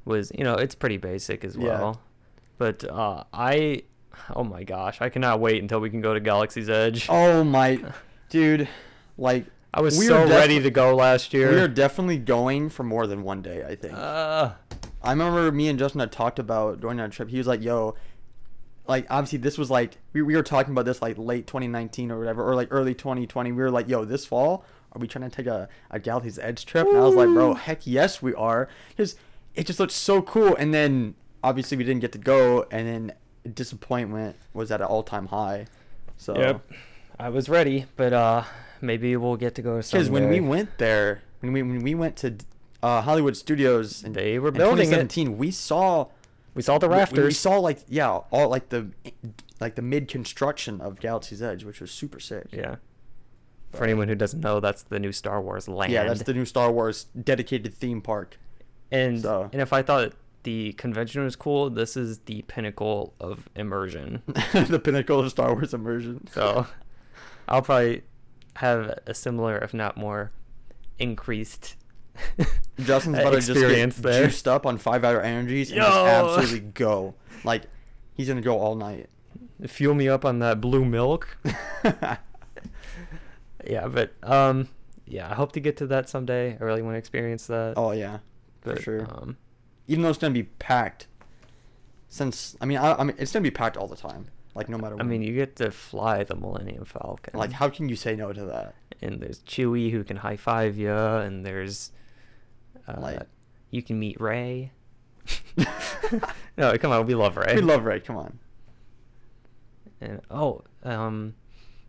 A: was you know it's pretty basic as
B: Yeah.
A: well, but uh, I oh my gosh, I cannot wait until we can go to Galaxy's Edge.
B: Oh my, dude, like
A: I was
B: we
A: so
B: were
A: ready
B: defi-
A: to go last year.
B: We are definitely going for more than one day, I think.
A: uh,
B: I remember me and Justin had talked about going on a trip. He was like, yo, like, obviously, this was like, we, we were talking about this like late 2019 or whatever, or like early 2020. We were like, yo, this fall, are we trying to take a, a Galaxy's Edge trip? And I was like, bro, heck yes, we are. Because it just looked so cool. And then obviously, we didn't get to go. And then disappointment was at an all time high. So,
A: yep, I was ready, but uh, maybe we'll get to go.
B: Because when we
A: someday.
B: went there, when we when we went to uh, Hollywood Studios, in,
A: They were
B: in
A: building it.
B: 2017, we saw
A: we saw the
B: we-
A: rafters.
B: We, saw like yeah, all like the like the mid construction of Galaxy's Edge, which was super sick.
A: yeah. For anyone who doesn't know, that's the new Star Wars land.
B: yeah, that's the new Star uh, Wars dedicated theme park.
A: And
B: So-
A: and if I thought the convention was cool, this is the pinnacle of immersion.
B: the pinnacle of Star Wars immersion.
A: so I'll probably have a similar, if not more, increased
B: Justin's
A: uh,
B: about to just
A: experience
B: get
A: there.
B: juiced up on five hour energies and
A: Yo!
B: just absolutely go. Like he's gonna go all night.
A: Fuel me up on that blue milk. yeah, but um, yeah, I hope to get to that someday. I really want to experience that.
B: oh yeah,
A: but,
B: for sure.
A: Um,
B: even though it's gonna be packed. Since I mean, I, I mean, it's gonna be packed all the time. Like no matter.
A: I mean, you get to fly the Millennium Falcon.
B: like how can you say no to that?
A: and there's Chewie who can high five you, and there's uh,
B: Like-
A: you can meet Ray. no, come on, we love Ray.
B: We love Ray. Come on.
A: And oh, um,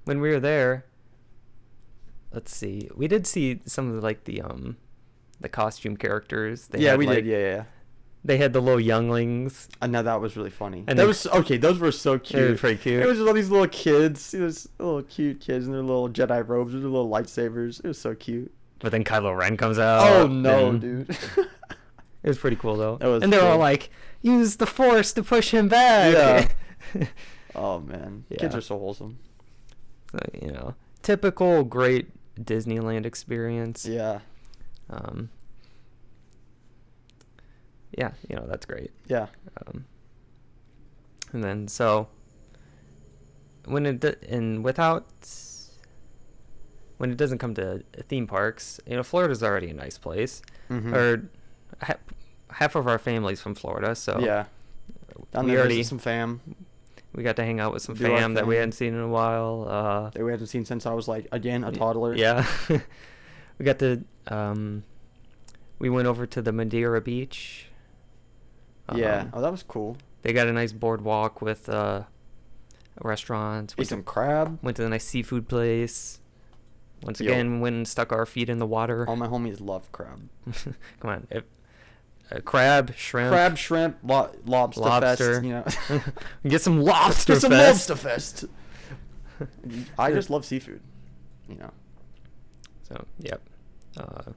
A: when we were there, let's see, we did see some of like the um, the costume characters. They
B: yeah,
A: had,
B: we
A: like-
B: did. Yeah, yeah. yeah.
A: They had the little younglings.
B: I know that was really funny.
A: And
B: that
A: they-
B: was okay. Those were so cute.
A: They were pretty cute.
B: It was just all these little kids. It was little cute kids and their little Jedi robes, with their little lightsabers. It was so cute.
A: But then Kylo Ren comes out.
B: Oh, no,
A: and-
B: dude.
A: It was pretty cool though.
B: That was
A: and they're all
B: cool.
A: like, "Use the Force to push him back." Yeah.
B: oh man, kids
A: Yeah.
B: are so wholesome.
A: So, you know, typical great Disneyland experience.
B: Yeah,
A: Um, yeah, you know, that's great.
B: yeah.
A: Um, and then so when it do- and without when it doesn't come to theme parks, you know, Florida's already a nice place.
B: Mhm.
A: Or ha- half of our family's from Florida, so
B: yeah. Down
A: we
B: there,
A: already
B: already some fam
A: we got to hang out with some
B: Do our
A: fam that we
B: thing.
A: hadn't seen in a while. Uh,
B: that we haven't seen since I was like again a
A: Y-
B: toddler.
A: Yeah. we got to um we went over to the Madeira beach.
B: Yeah.
A: Um,
B: Oh, that was cool.
A: They got a nice boardwalk with uh restaurants.
B: Ate
A: Went to,
B: some crab.
A: went to the nice seafood place. Once
B: Yo.
A: again, went and stuck our feet in the water.
B: All my homies love crab.
A: Come on. If, uh, crab, shrimp.
B: Crab, shrimp, lo- lobster,
A: Lobster.
B: Fest, you know.
A: Get some lobster
B: Get some
A: fest.
B: lobster fest. I just love seafood. You know.
A: So, yep. Uh,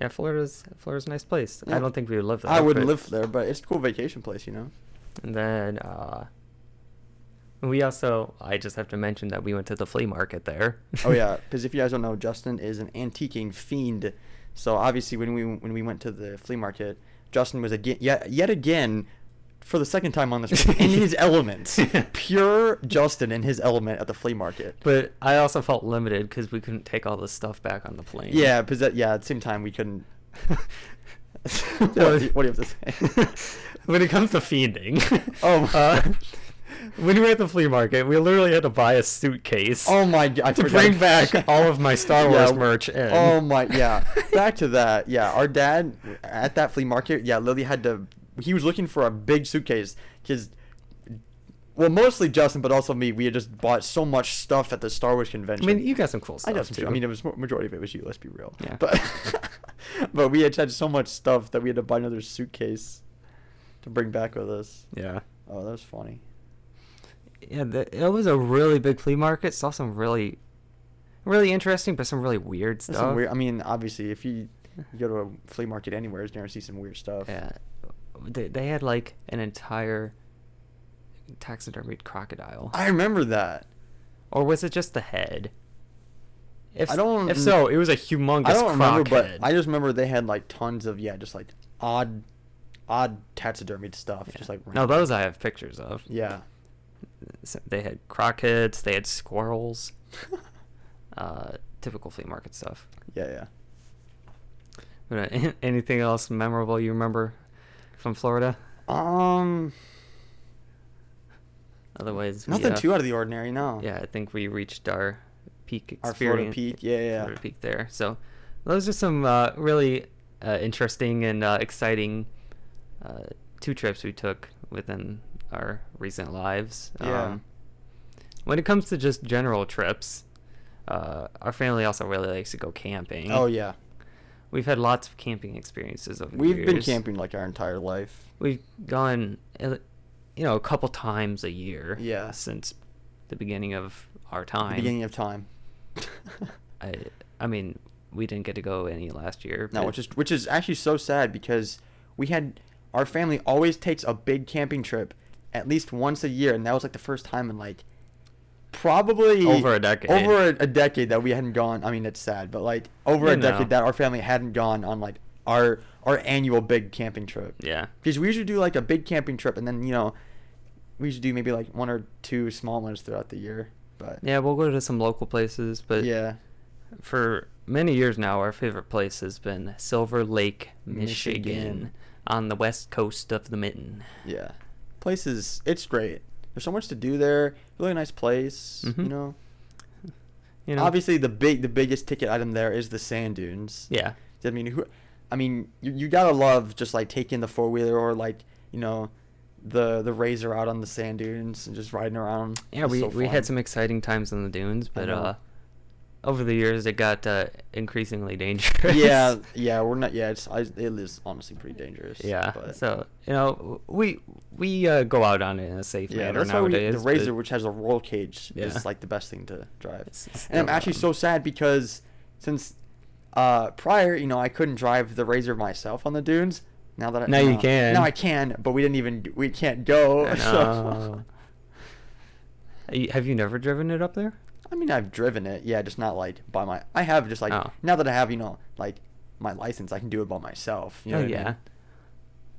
A: yeah, Florida's Florida's a nice place.
B: Yeah.
A: I don't think we would live there.
B: I wouldn't
A: but-
B: live there, but it's a cool vacation place, you know.
A: And then uh We also, I just have to mention that we went to the flea market there.
B: oh yeah, because if you guys don't know, Justin is an antiquing fiend. So obviously, when we when we went to the flea market, Justin was again yet yet again for the second time on this in his element, pure Justin in his element at the flea market.
A: But I also felt limited because we couldn't take all this stuff back on the plane.
B: Yeah, because yeah, at the same time we couldn't. what, do you, what do you have to say?
A: when it comes to feeding,
B: Oh.
A: when we were at the flea market, we literally had to buy a suitcase
B: oh my god! I
A: to
B: forgot-
A: bring back all of my Star
B: Yeah,
A: Wars merch in.
B: Oh my, yeah. Back to that, yeah. Our dad at that flea market, yeah. Lily had to. He was looking for a big suitcase because, well, mostly Justin, but also me. We had just bought so much stuff at the Star Wars
A: I
B: convention.
A: mean, you got some cool stuff
B: I got some
A: too.
B: too. I mean, it was majority of it was you. Let's be real.
A: Yeah.
B: But but we had had so much stuff that we had to buy another suitcase to bring back with us.
A: yeah,
B: Oh, that was funny.
A: yeah. The, it was a really big flea market. Saw some really, really interesting, but some really weird
B: That's
A: stuff.
B: some weird. I mean, obviously, if you, you go to a flea market anywhere, you're gonna see some weird stuff.
A: Yeah, they, they had like an entire taxidermied crocodile,
B: I remember that.
A: or was it just the head? If
B: I
A: s-
B: don't
A: If
B: kn-
A: so, it was a humongous.
B: I don't remember,
A: croc
B: but
A: head.
B: I just remember they had like tons of yeah, just like odd, odd taxidermied stuff,
A: Yeah.
B: just like
A: no,
B: random.
A: those I have pictures of.
B: yeah.
A: S- they had croc heads. They had squirrels. Uh, typical flea market stuff.
B: yeah, yeah.
A: But, uh, anything else memorable you remember from Florida?
B: Um,
A: Otherwise, we,
B: nothing
A: uh,
B: too out of the ordinary, no.
A: Yeah, I think we reached our peak
B: Our Florida
A: experience.
B: peak, yeah, yeah, yeah.
A: Florida peak there. So, those are some uh, really uh, interesting and uh, exciting uh, two trips we took within our recent lives. Um,
B: Yeah.
A: when it comes to just general trips, uh, our family also really likes to go camping.
B: Oh yeah,
A: We've had lots of camping experiences over the
B: we've been
A: years.
B: camping like our entire life.
A: We've gone, uh, you know, a couple times a year.
B: Yeah.
A: Since the beginning of our
B: The
A: time.
B: beginning of time.
A: I, I mean, we didn't get to go any last year.
B: No,
A: but-
B: which is which is actually so sad because we had our family always takes a big camping trip at least once a year, and that was like the first time in like probably
A: Over a decade.
B: over a, a decade that we hadn't gone. I mean, it's sad, but like over
A: You
B: a decade
A: know.
B: that our family hadn't gone on like our our annual big camping trip.
A: Yeah.
B: Because we usually do like a big camping trip, and then you know we usually do maybe like one or two small ones throughout the year. But
A: Yeah, we'll go to some local places, but
B: yeah,
A: for many years now, our favorite place has been Silver Lake, Michigan,
B: Michigan.
A: on the west coast of the Mitten.
B: Yeah. Places, it's great. There's so much to do there. Really nice place,
A: Mhm.
B: you know.
A: You know,
B: Obviously, the big, the biggest ticket item there is the sand dunes.
A: Yeah.
B: I mean, who, I mean, you, you gotta love just like taking the four wheeler or like you know, the the razor out on the sand dunes and just riding around.
A: Yeah,
B: It's
A: we,
B: so
A: we
B: fun.
A: had some exciting times on the dunes, but
B: know.
A: uh, over the years it got uh, increasingly dangerous.
B: yeah, yeah, we're not. Yeah, it's I, it is honestly pretty dangerous.
A: yeah.
B: but-
A: So you know, w- we we uh, go out on it in a safe
B: Yeah,
A: manner
B: that's
A: nowadays.
B: why we, the razor,
A: but-
B: which has a roll cage,
A: Yeah.
B: is like the best thing to drive.
A: It's- it's
B: and I'm
A: still,
B: actually
A: um,
B: so sad because since uh, prior, you know, I couldn't drive the razor myself on the dunes. Now that I,
A: Now you can.
B: Now I can, but we didn't even we can't go.
A: I
B: Oh, so-
A: know. Are you- Have you never driven it up there?
B: I mean, I've driven it, yeah, just not like by my. I have just like
A: Oh.
B: now that I have, you know, like my license, I can do it by myself. You know
A: oh
B: what I mean?
A: yeah.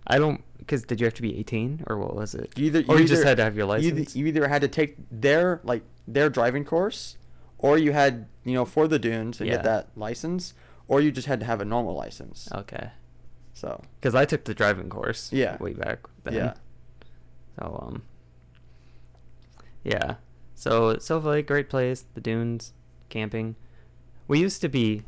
A: I don't because did you have to be 18 or what was it?
B: You either,
A: or you just
B: either-
A: had to have your
B: you either-
A: license.
B: You either, had to take their like their driving course, or you had you know for the dunes and
A: Yeah.
B: get that license, or you just had to have a normal license.
A: Okay.
B: So
A: Because I took the driving course.
B: Yeah.
A: Way back then.
B: yeah,
A: So um. Yeah. So Silver Lake, great place. The dunes, camping. We used to be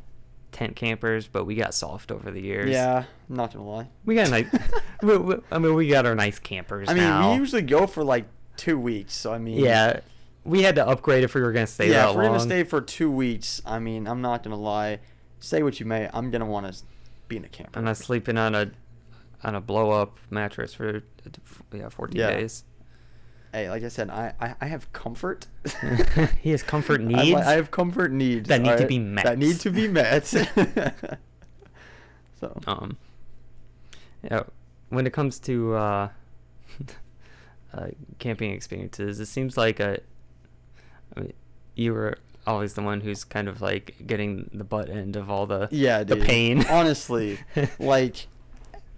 A: tent campers, but we got soft over the years.
B: yeah, not gonna lie.
A: We got nice. we, we, I mean, we got our nice campers
B: I mean,
A: now.
B: we usually go for like two weeks. So I mean,
A: Yeah, we had to upgrade if we were gonna stay
B: yeah.
A: that
B: If we're gonna
A: long.
B: stay for two weeks, I mean, I'm not gonna lie. Say what you may, I'm gonna want to be in a camper.
A: I'm not sleeping on a on a blow up mattress for yeah 14
B: Yeah.
A: days.
B: Hey, like I said, I I, I have comfort.
A: He has comfort
B: I li-
A: needs
B: I, have comfort needs
A: that need to
B: alright,
A: be met.
B: That need to be met. so
A: Um, yeah, when it comes to uh, uh, camping experiences. It seems like a, I mean, you were always the one who's kind of like getting the butt end of all the
B: Yeah,
A: the
B: dude.
A: pain.
B: Honestly, like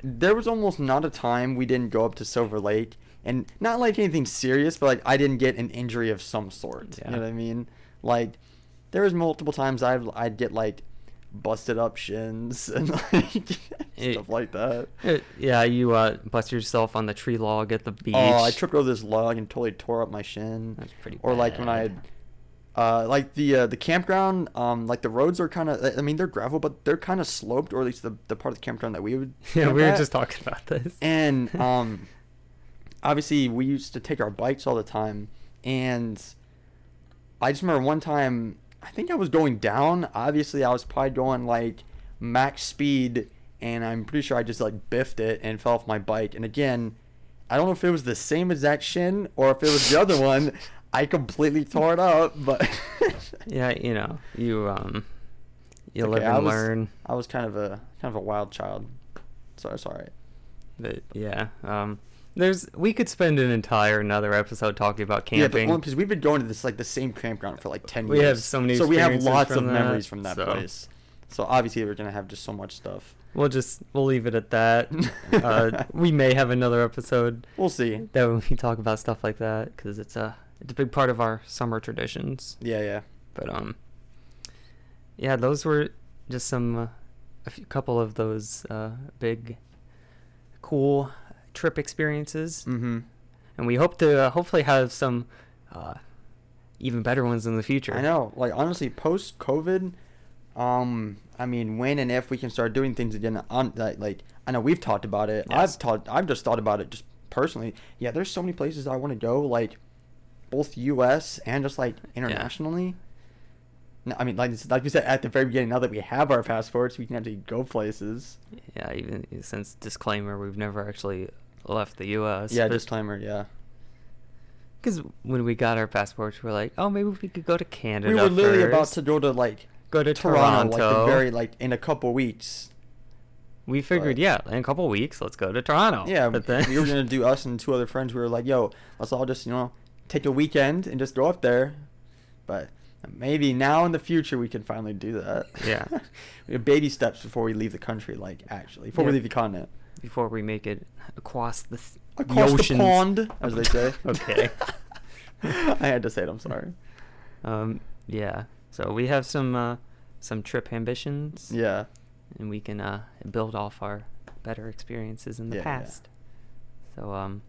B: there was almost not a time we didn't go up to Silver Lake and not like anything serious, but like I didn't get an injury of some sort. You
A: Yeah.
B: know what I mean? Like there was multiple times I'd I'd get like busted up shins and like
A: It-
B: stuff like that.
A: Uh, yeah, you uh, bust yourself on the tree log at the beach.
B: Oh, I tripped over this log and totally tore up my shin.
A: That's pretty
B: Or like when I,
A: bad.
B: had- uh, like the uh, the campground, um, like the roads are kind of, I mean, they're gravel, but they're kind of sloped, or at least the, the part of the campground that we would.
A: Yeah,
B: camp
A: we were
B: at.
A: just talking about this.
B: And um, obviously we used to take our bikes all the time, and I just remember one time, I think I was going down. Obviously, I was probably going like max speed, and I'm pretty sure I just like biffed it and fell off my bike. And again, I don't know if it was the same exact shin or if it was the other one. I completely tore it up, but
A: yeah, you know, you um, you
B: It's
A: live
B: okay,
A: and
B: I was-
A: learn.
B: I was kind of a kind of a wild child, so it's all right.
A: But yeah, um, there's we could spend an entire another episode talking about camping.
B: Yeah, but because we've been going to this like the same campground for like ten
A: We
B: years.
A: have so many
B: So we have
A: experiences
B: lots
A: from
B: of
A: that,
B: memories from that
A: so.
B: place. So obviously we're gonna have just so much stuff.
A: we'll just we'll leave it at that. uh, we may have another episode
B: We'll see.
A: that we talk about stuff like that because it's a it's a big part of our summer traditions.
B: Yeah, yeah.
A: But um, yeah, those were just some uh, a few, couple of those uh, big, cool trip experiences,
B: Mm-hmm.
A: and we hope to uh, hopefully have some uh, even better ones in the future.
B: I know. Like honestly, post COVID, um, I mean, when and if we can start doing things again on like, like I know we've talked about it.
A: Yes.
B: I've talked. I've just thought about it just personally. Yeah, there's so many places I want to go. Like both U.S. and just like internationally. No, I mean, like like we said at the very beginning, now that we have our passports, we can actually go places.
A: Yeah, even since disclaimer, we've never actually left the U.S.
B: yeah, disclaimer. Yeah,
A: because when we got our passports, we are like, oh, maybe we could go to Canada.
B: we were literally about
A: first,
B: to go to like
A: go to Toronto.
B: Toronto, like the very like in a couple weeks.
A: we figured,
B: but-
A: yeah, in a couple weeks, let's go to Toronto.
B: Yeah,
A: Oh. but then
B: we were gonna do us and two other friends. We were like, "Yo, let's all just you know take a weekend and just go up there." But maybe now in the future we can finally do that.
A: Yeah.
B: we have baby steps before we leave the country. Like actually, before we
A: Yeah.
B: leave the continent,
A: before we make it across the, s-
B: across the,
A: oceans.
B: pond, as they say.
A: okay.
B: I had to say it. I'm sorry.
A: Um, yeah. So we have some uh, some trip ambitions.
B: Yeah.
A: And we can uh, build off our better experiences in the
B: Yeah, yeah.
A: past. So um,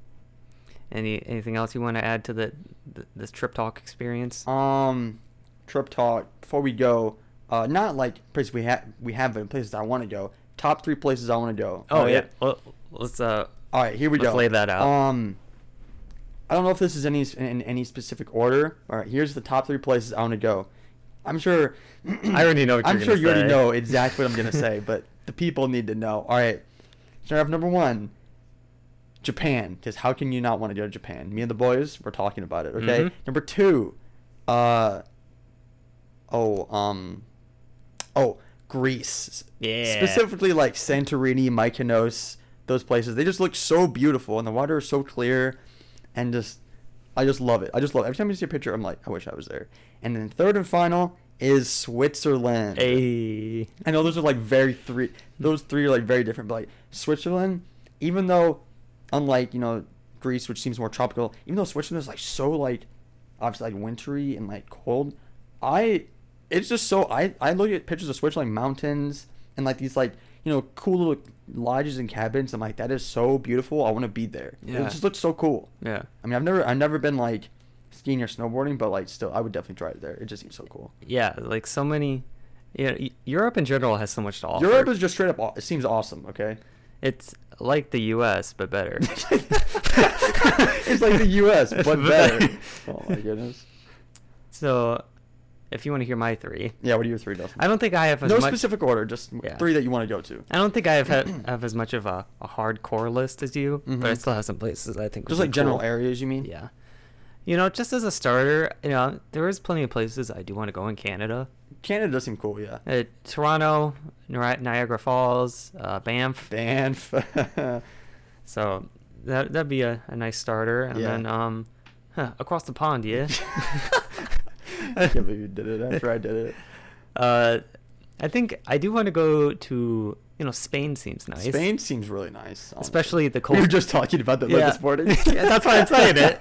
A: any anything else you want to add to the, the this trip talk experience?
B: Um, trip talk. Before we go, uh, not like places we have we have been places I want to go. Top three places I want to go.
A: oh
B: Alright?
A: yeah. Well, let's uh.
B: All right, here we
A: Let's
B: go.
A: lay that out.
B: Um, I don't know if this is any in, in any specific order. All right, here's the top three places I want to go. I'm sure.
A: I already know what
B: I'm
A: you're
B: sure
A: gonna
B: you already
A: say.
B: know exactly what I'm gonna say, but the people need to know. All right, start off number one. Japan, because how can you not want to go to Japan? Me and the boys, we're talking about it. Okay.
A: Mhm.
B: Number two, uh, oh, um, oh, Greece.
A: Yeah.
B: Specifically, like Santorini, Mykonos, those places. They just look so beautiful, and the water is so clear, and just, I just love it. I just love it. every time I see a picture. I'm like, I wish I was there. And then third and final is Switzerland.
A: Hey.
B: I know those are like very three. Those three are like very different. But like Switzerland, even though, unlike you know Greece, which seems more tropical, even though Switzerland is like so like, obviously like wintry and like cold, I, it's just so I I look at pictures of Switzerland mountains and like these like you know cool little lodges and cabins. I'm like that is so beautiful. I want to be there.
A: Yeah.
B: It just looks so cool.
A: Yeah.
B: I mean I've never I've never been like skiing or snowboarding, but like still I would definitely try it there. It just seems so cool.
A: Yeah. Like so many. Yeah. Eu- Europe in general has so much to offer.
B: Europe is just straight up. aw- It seems awesome. Okay.
A: It's like the U.S. but better.
B: it's like the U.S. but better. Oh my goodness.
A: So, if you want to hear my three,
B: Yeah. What are your three, Dustin?
A: I don't think I have as
B: no
A: much.
B: specific order. Just
A: Yeah.
B: three that you want to go to.
A: I don't think I have ha- have as much of a, a hardcore list as you, but I
B: Mhm.
A: still have some places I think. would
B: Just
A: be
B: like general
A: cool.
B: areas, you mean?
A: Yeah, you know, just as a starter, you know, there is plenty of places I do want to go in Canada.
B: Canada does seem cool. Yeah.
A: Uh, Toronto, Ni- Niagara Falls, uh, Banff.
B: Banff.
A: So that that'd be a, a nice starter, and
B: Yeah.
A: then um, huh, across the pond, yeah.
B: I can't believe you did it after I did it.
A: Uh, I think I do want to go to you know Spain seems nice.
B: Spain seems really nice. honestly.
A: Especially the
B: We were
A: cold-
B: just talking about that yeah. this morning.
A: yeah, that's why I'm saying it.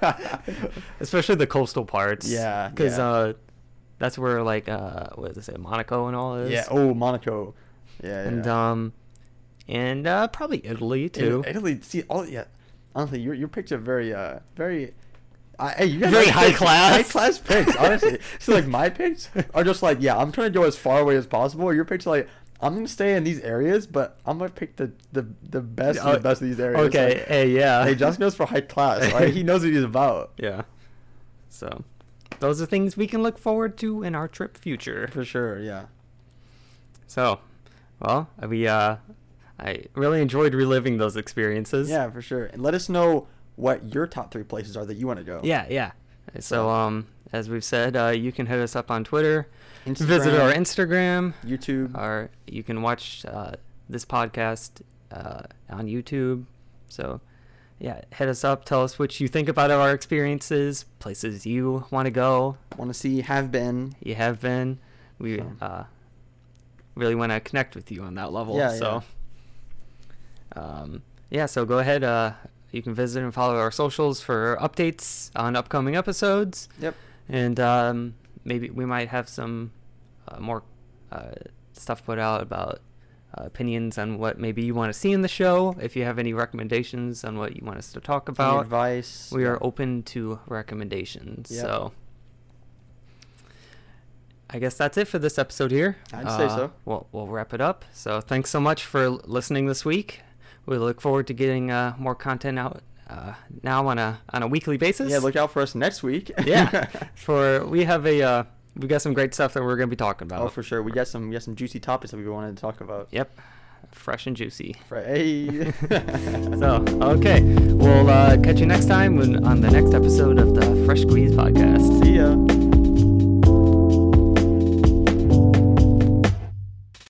A: Especially the coastal parts.
B: Yeah,
A: Because
B: yeah.
A: uh, that's where like uh, what is it, Monaco and all is.
B: Yeah. Oh, Monaco. Yeah.
A: And
B: yeah.
A: um, and uh, probably Italy
B: Italy-
A: too.
B: Italy. See, all yeah. Honestly, your your picks are very uh very. I hey, you guys
A: Very
B: like
A: high
B: picks-
A: class.
B: high class picks. Honestly, so like my picks are just like yeah, I'm trying to go as far away as possible. Your picks are like I'm gonna stay in these areas, but I'm gonna pick the the, the best of
A: Oh,
B: the best of these areas.
A: okay,
B: Like,
A: hey, yeah.
B: Hey, Josh goes for high class. All right, he knows what he's about.
A: Yeah. So, those are things we can look forward to in our trip future.
B: For sure. Yeah.
A: So, well, we uh, I really enjoyed reliving those experiences.
B: Yeah, for sure. And let us know what your top three places are that you want to go.
A: Yeah, yeah. So, um, as we've said, uh, you can hit us up on Twitter, visit
B: Instagram.
A: our Instagram,
B: YouTube.
A: or you can watch uh, this podcast uh, on YouTube. So, yeah, hit us up. Tell us what you think about our experiences, places you want to go,
B: Want to see have been.
A: you have been. We
B: So.
A: uh, really want to connect with you on that level.
B: Yeah,
A: so, Um, yeah, so go ahead. Uh, you can visit and follow our socials for updates on upcoming episodes.
B: Yep.
A: And um, maybe we might have some uh, more uh, stuff put out about uh, opinions on what maybe you want to see in the show. If you have any recommendations on what you want us to talk
B: Any
A: about,
B: advice.
A: we are
B: Yeah.
A: open to recommendations.
B: Yep.
A: So I guess that's it for this episode here. Uh,
B: I'd say so.
A: We'll, we'll wrap it up. So thanks so much for l- listening this week. We look forward to getting uh, more content out uh, now on a on a weekly basis.
B: Yeah, look out for us next week.
A: yeah. For we have a uh, we got some great stuff that we're going to be talking about.
B: oh, for sure. We got some we got some juicy topics that we wanted to talk about.
A: Yep. Fresh and juicy.
B: Fri- Hey.
A: So okay, we'll uh, catch you next time when, on the next episode of the Fresh Squeeze podcast.
B: See ya.